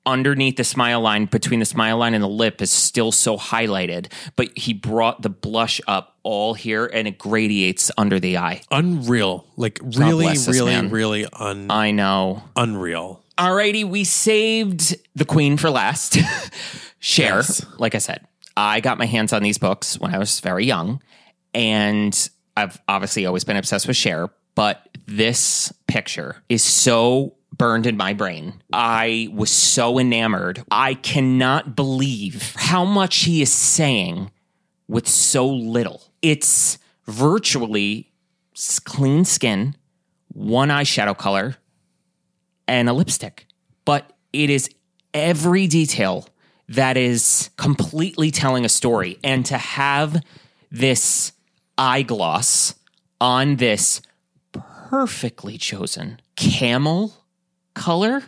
underneath the smile line between the smile line and the lip is still so highlighted but he brought the blush up all here and it gradiates under the eye.
Unreal. Like really,
bless this
really,
man.
really un
I know.
unreal.
Alrighty, we saved the queen for last. Share,
Yes.
like I said, I got my hands on these books when I was very young, and I've obviously always been obsessed with Share. But this picture is so burned in my brain. I was so enamored. I cannot believe how much he is saying with so little. It's virtually s- clean skin, one eyeshadow color, and a lipstick. But it is every detail that is completely telling a story. And to have this eye gloss on this perfectly chosen camel color.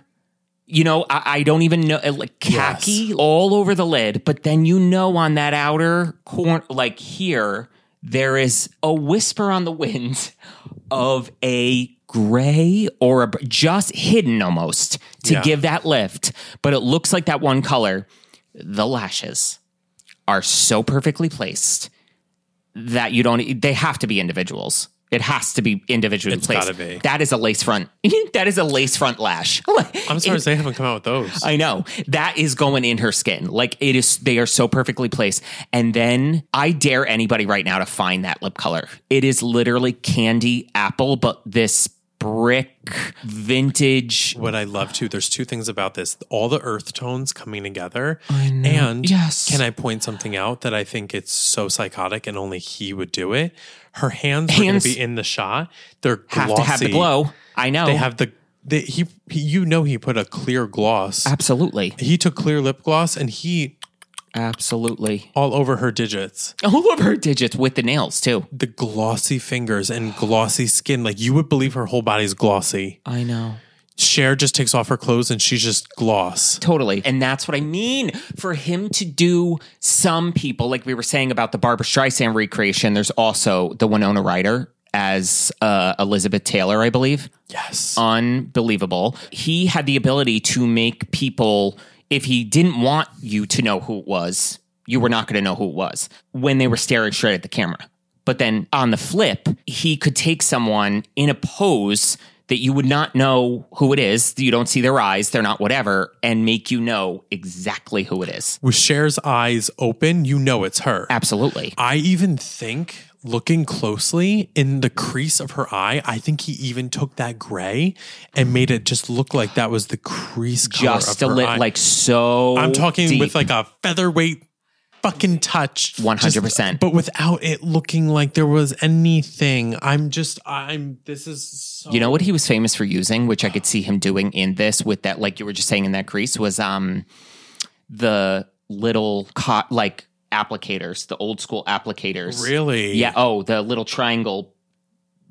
You know, I, I don't even know, uh, like khaki all over the lid, but then you know on that outer corner, like here, there is a whisper on the wind of a gray or a br- just hidden almost to
Yeah.
give that lift, but it looks like that one color. The lashes are so perfectly placed that you don't e, they have to be individuals it has to be individually
It's
placed
gotta be.
that is a lace front that is a lace front lash
I'm sorry they haven't come out with those.
i know that is going in her skin like it is they are so perfectly placed and then i dare anybody right now to find that lip color it is literally candy apple but this brick vintage
what I love too, there's two things about this all the earth tones coming together. And
Yes.
can I point something out that I think it's so psychotic and only he would do it? Her hands, are going
Hands
to be in the shot. They're
have
glossy.
to have the glow i know
They have the, they, he, he, you know, he put a clear gloss.
Uh-huh. absolutely
He took clear lip gloss and he
absolutely
all over her digits.
all of her digits with the nails too
The glossy fingers and glossy skin. Like you would believe her whole body's glossy.
i know
Cher just takes off her clothes and she's just gloss.
Totally. And that's what I mean. For him to do some people, like we were saying about the Barbara Streisand recreation, there's also the Winona Ryder as uh, Elizabeth Taylor, I believe.
Yes.
Unbelievable. He had the ability to make people, if he didn't want you to know who it was, you were not going to know who it was when they were staring straight at the camera. But then on the flip, he could take someone in a pose that you would not know who it is. You don't see their eyes, they're not whatever, and make you know exactly who it is.
with Cher's eyes open, you know it's her.
Absolutely.
I even think looking closely in the crease of her eye, I think he even took that gray and made it just look like that was the crease color
Just a
of her
lit,
eye.
like so.
I'm talking
deep.
with like a featherweight fucking touch. just-
100%.
But without it looking like there was anything. I'm just I'm this is so
You know what he was famous for using, which I could see him doing in this with that, like you were just saying in that crease, was um the little co- like applicators, the old school applicators.
really
Yeah. Oh, the little triangle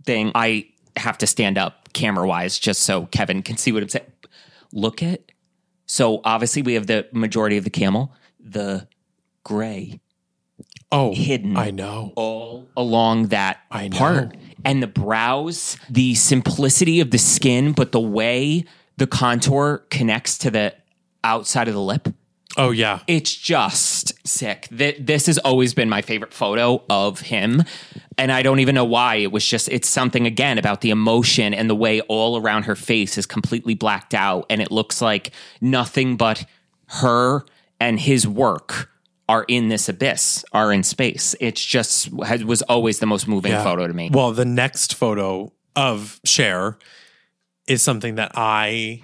thing. I have to stand up camera wise just so Kevin can see what I'm saying. Look at. So obviously we have the majority of the camel, the gray
oh
hidden
I know.
all along that
I know.
part. And the brows, the simplicity of the skin, but the way the contour connects to the outside of the lip
Oh yeah.
It's just sick. Th- This has always been my favorite photo of him. And I don't even know why. It was just, it's something again about the emotion and the way all around her face is completely blacked out. And it looks like nothing but her and his work are in this abyss, are in space. It's just, has, was always the most moving
Yeah.
photo to me.
Well, the next photo of Cher is something that I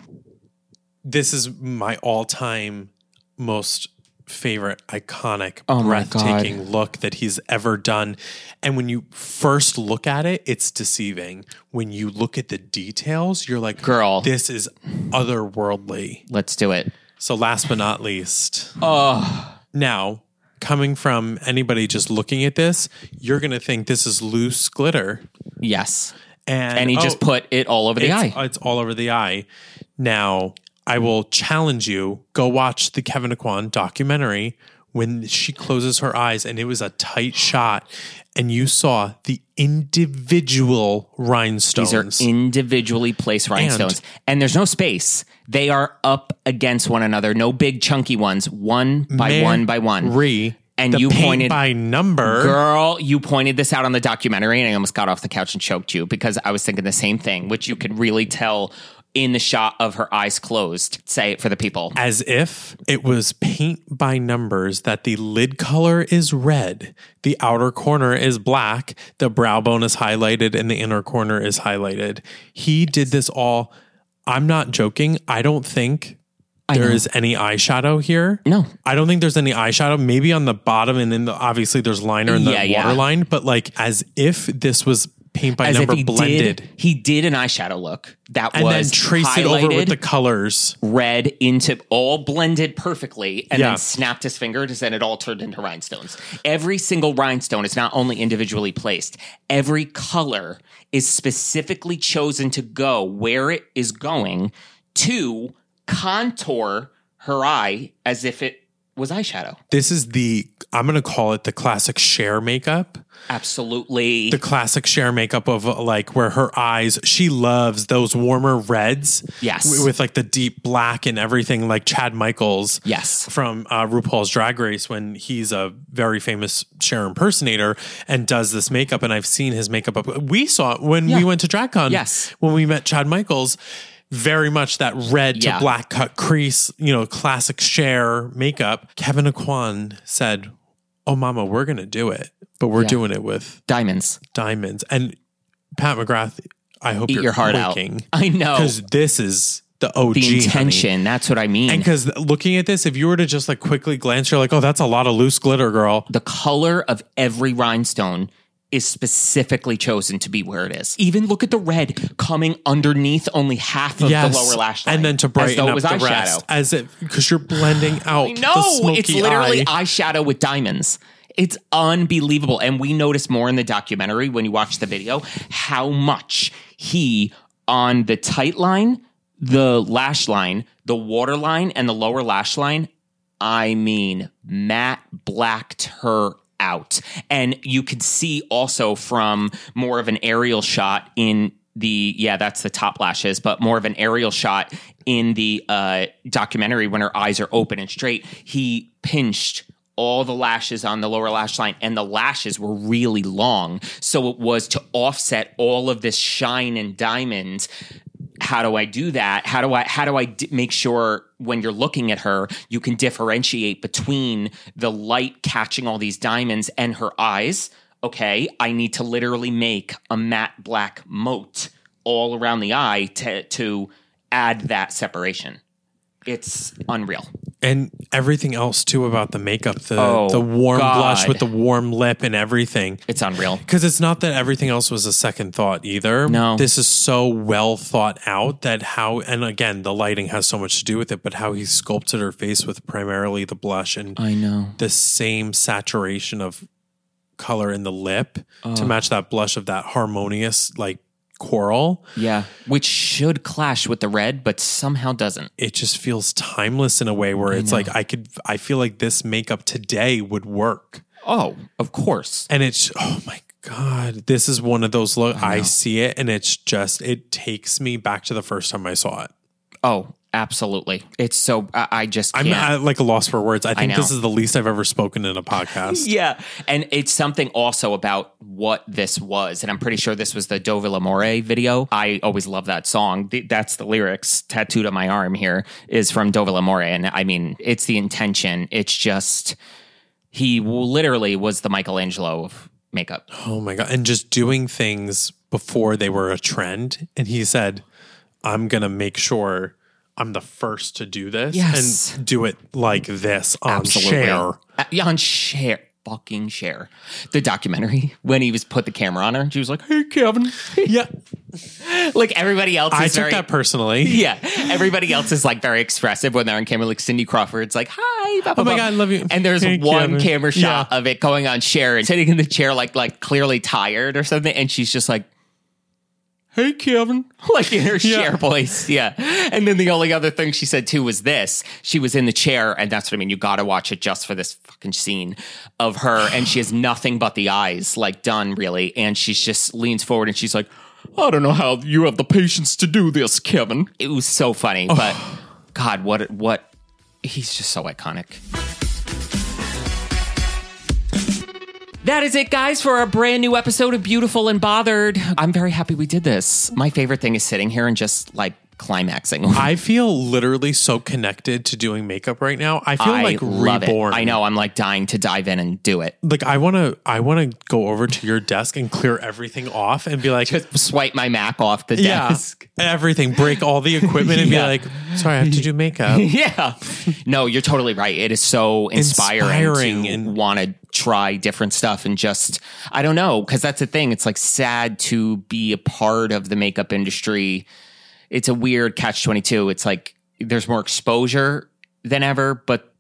this is my all-time most favorite iconic
Oh my God.
breathtaking look that he's ever done. And when you first look at it, it's deceiving. When you look at the details, you're like,
Girl.
this is otherworldly."
Let's do it.
So last but not least,
Oh,
now, coming from anybody just looking at this, you're going to think this is loose glitter.
yes.
And,
And he
oh,
just put it all over the eye.
it's, it's all over the eye. Now, I will challenge you go watch the Kevin Aquan documentary when she closes her eyes and it was a tight shot and you saw the individual rhinestones.
These are individually placed rhinestones, and, there's no space. They are up against one another. No big chunky ones. One by one by one.
Re,
And
the
you
paint
pointed-
by number.
Girl, you pointed this out on the documentary, and I almost got off the couch and choked you because I was thinking the same thing, which you could really tell in the shot of her eyes closed. Say it for the people.
as if it was paint by numbers that the lid color is red, the outer corner is black, the brow bone is highlighted, and the inner corner is highlighted. He did this all. I'm not joking. I don't think there is any eyeshadow here.
No.
I don't think there's any eyeshadow. Maybe on the bottom, and then the, obviously there's liner in the
Yeah, yeah.
waterline, but like as if this was paint by
As if
number
he
blended.
did, he did an eyeshadow look that
And then
was
trace it over with
highlighted.
the colors.
red into all blended perfectly and
Yeah.
then snapped his fingers and it all turned into rhinestones. Every single rhinestone is not only individually placed, every color is specifically chosen to go where it is going to contour her eye as if it was eyeshadow.
This is the I'm gonna call it the classic share makeup.
Absolutely.
the classic share makeup of uh, like where her eyes she loves those warmer reds
Yes.
w- with like the deep black and everything like chad michaels
yes.
from uh, rupaul's drag race when he's a very famous share impersonator and does this makeup and i've seen his makeup up we saw it when we
Yeah.
went to dragcon
Yes.
when we met chad michaels very much that red to
Yeah.
black cut crease, you know, classic share makeup. Kevin Aquan said, Oh, mama, we're going to do it, but we're
Yeah.
doing it with
Diamonds.
diamonds. And Pat McGrath, I hope
Eat
you're
your heart
quaking
out. I know.
because this is the OG
The
honey.
intention. That's what I mean.
And because looking at this, if you were to just like quickly glance, you're like, oh, that's a lot of loose glitter, girl.
the color of every rhinestone is specifically chosen to be where it is. Even look at the red coming underneath only half of
Yes,
the lower lash line,
and then to
as
brighten
though
up
it was
the
eyeshadow.
rest, as if because you're blending out. the
No,
smoky
it's literally
eye.
eyeshadow with diamonds. It's unbelievable. And we notice more in the documentary when you watch the video how much he on the tight line, the lash line, the water line, and the lower lash line. I mean, matte blacked her out. And you could see also from more of an aerial shot in the yeah that's the top lashes but more of an aerial shot in the uh documentary when her eyes are open and straight he pinched all the lashes on the lower lash line and the lashes were really long so it was to offset all of this shine and diamonds how do I do that? How do I how do I d- make sure when you're looking at her, you can differentiate between the light catching all these diamonds and her eyes? Okay, I need to literally make a matte black moat all around the eye to to add that separation. It's unreal.
and everything else too about the makeup, the
Oh,
the warm
God.
blush with the warm lip and everything.
It's unreal.
Because it's not that everything else was a second thought either.
No.
This is so well thought out that how, and again, the lighting has so much to do with it, but how he sculpted her face with primarily the blush and
I know.
the same saturation of color in the lip to match that blush of that harmonious, like coral.
Yeah, which should clash with the red but somehow doesn't.
It just feels timeless in a way where it's like, I could, I feel like this makeup today would work.
Oh, of course.
and it's oh my god this is one of those look I, see it and it's just it takes me back to the first time i saw it
Oh, Absolutely. It's so I, I just
I'm
can't.
at, like a loss for words. I think this
know.
is the least I've ever spoken in a podcast.
yeah. And it's something also about what this was. And I'm pretty sure this was the Dove L'Amore video. I always love that song. Th- That's the lyrics tattooed on my arm here is from Dove L'Amore. And I mean, it's the intention. It's just, he w- literally was the Michelangelo of makeup.
Oh my god! And just doing things before they were a trend. And he said, "I'm gonna make sure I'm the first to do this
Yes.
and do it like this on
Absolutely.
share."
Uh, yeah, on share. Fucking share the documentary when he was put the camera on her. and She was like, "Hey, Kevin."
Yeah,
like everybody else, is
I took
very,
that personally.
Yeah, everybody else is like very expressive when they're on camera. Like Cindy Crawford's like, "Hi, blah, blah,
Oh my
blah."
God, I love you.
And there's
Hey,
one
Kevin.
camera shot
Yeah.
of it going on Sharon sitting in the chair, like like clearly tired or something, and she's just like, "Hey, Kevin," like in her
Yeah.
chair voice. Yeah. And then the only other thing she said too was this: she was in the chair, and that's what I mean. You got to watch it just for this fucking scene of her, and she has nothing but the eyes, like done really, and she's just leans forward and she's like. I don't know how you have the patience to do this, Kevin. It was so funny,
Oh.
but God, what what he's just so iconic. That is it, guys, for a brand new episode of Beautiful and Bothered. I'm very happy we did this. My favorite thing is sitting here and just like climaxing.
I feel literally so connected to doing makeup right now. I feel like
love it.
reborn.
I know. I'm like dying to dive in and do it.
Like I want to I want to go over to your desk and clear everything off and be like
Swipe my Mac off the
yeah,
desk.
everything, break all the equipment and
Yeah.
be like, "Sorry, I have to do makeup."
Yeah. No, you're totally right. It is so inspiring,
Inspiring
to
and-
want to try different stuff and just I don't know because that's the thing. It's like sad to be a part of the makeup industry. It's a weird catch twenty two. It's like there's more exposure than ever, but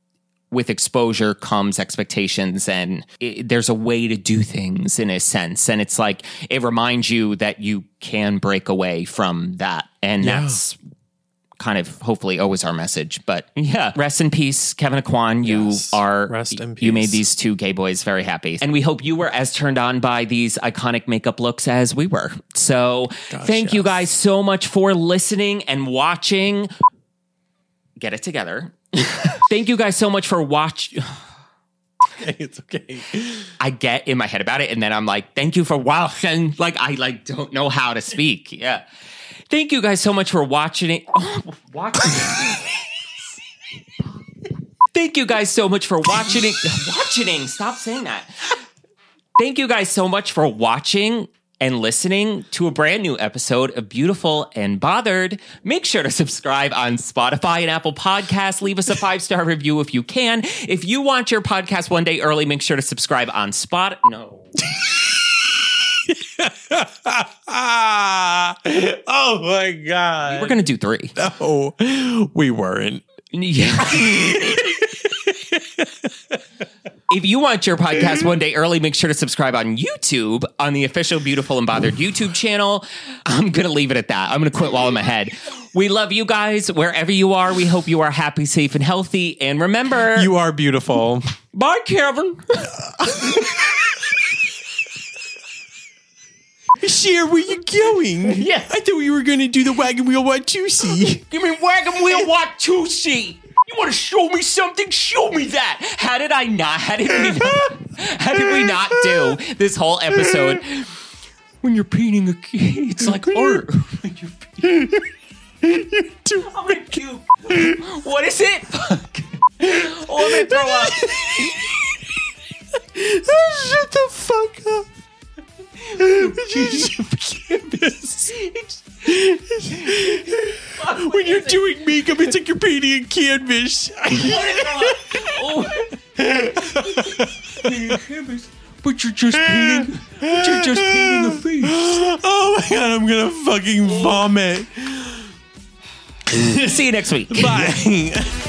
with exposure comes expectations and it, there's a way to do things in a sense and it's like it reminds you that you can break away from that and
Yeah.
that's kind of hopefully always our message. But yeah, rest in peace, Kevin Aquan. You
Yes.
are
Rest in
You made
peace.
these two gay boys very happy, and we hope you were as turned on by these iconic makeup looks as we were. So thank you
yes.
guys so much for listening and watching. Get it together. thank you guys so much for watch.
it's okay.
I get in my head about it, and then I'm like, "Thank you for watching." Like I like don't know how to speak. Yeah, thank you guys so much for watching it. Oh, watching it. thank you guys so much for watching it. watching. Stop saying that. Thank you guys so much for watching and listening to a brand new episode of Beautiful and Bothered. Make sure to subscribe on Spotify and Apple Podcasts. Leave us a five star review if you can. If you want your podcast one day early, make sure to subscribe on Spot. No.
Ah, oh my god.
We're going to do three.
oh, we weren't.
Yeah. if you want your podcast one day early, make sure to subscribe on YouTube on the official Beautiful and Bothered YouTube channel. I'm going to leave it at that. I'm going to quit while I'm ahead. We love you guys wherever you are. We hope you are happy, safe, and healthy. And remember,
You are beautiful.
bye, Kevin.
Share where you going?
Yeah.
I thought we were going to do the wagon wheel what you see.
Give me wagon wheel what to see. You want to show me something? Show me that. How did I not? How did we not? How did we not do this whole episode? When you're painting a kid, it's like art. When you're painting, I'm gonna puke. What is it? Fuck. Oh, I'm gonna throw up.
Shut the fuck up.
Fuck,
When
what
you're
is it?
doing makeup, it's like you're painting a canvas.
But you're just painting. But you're just painting a face.
Oh my god, I'm gonna fucking vomit.
See you next week.
Bye.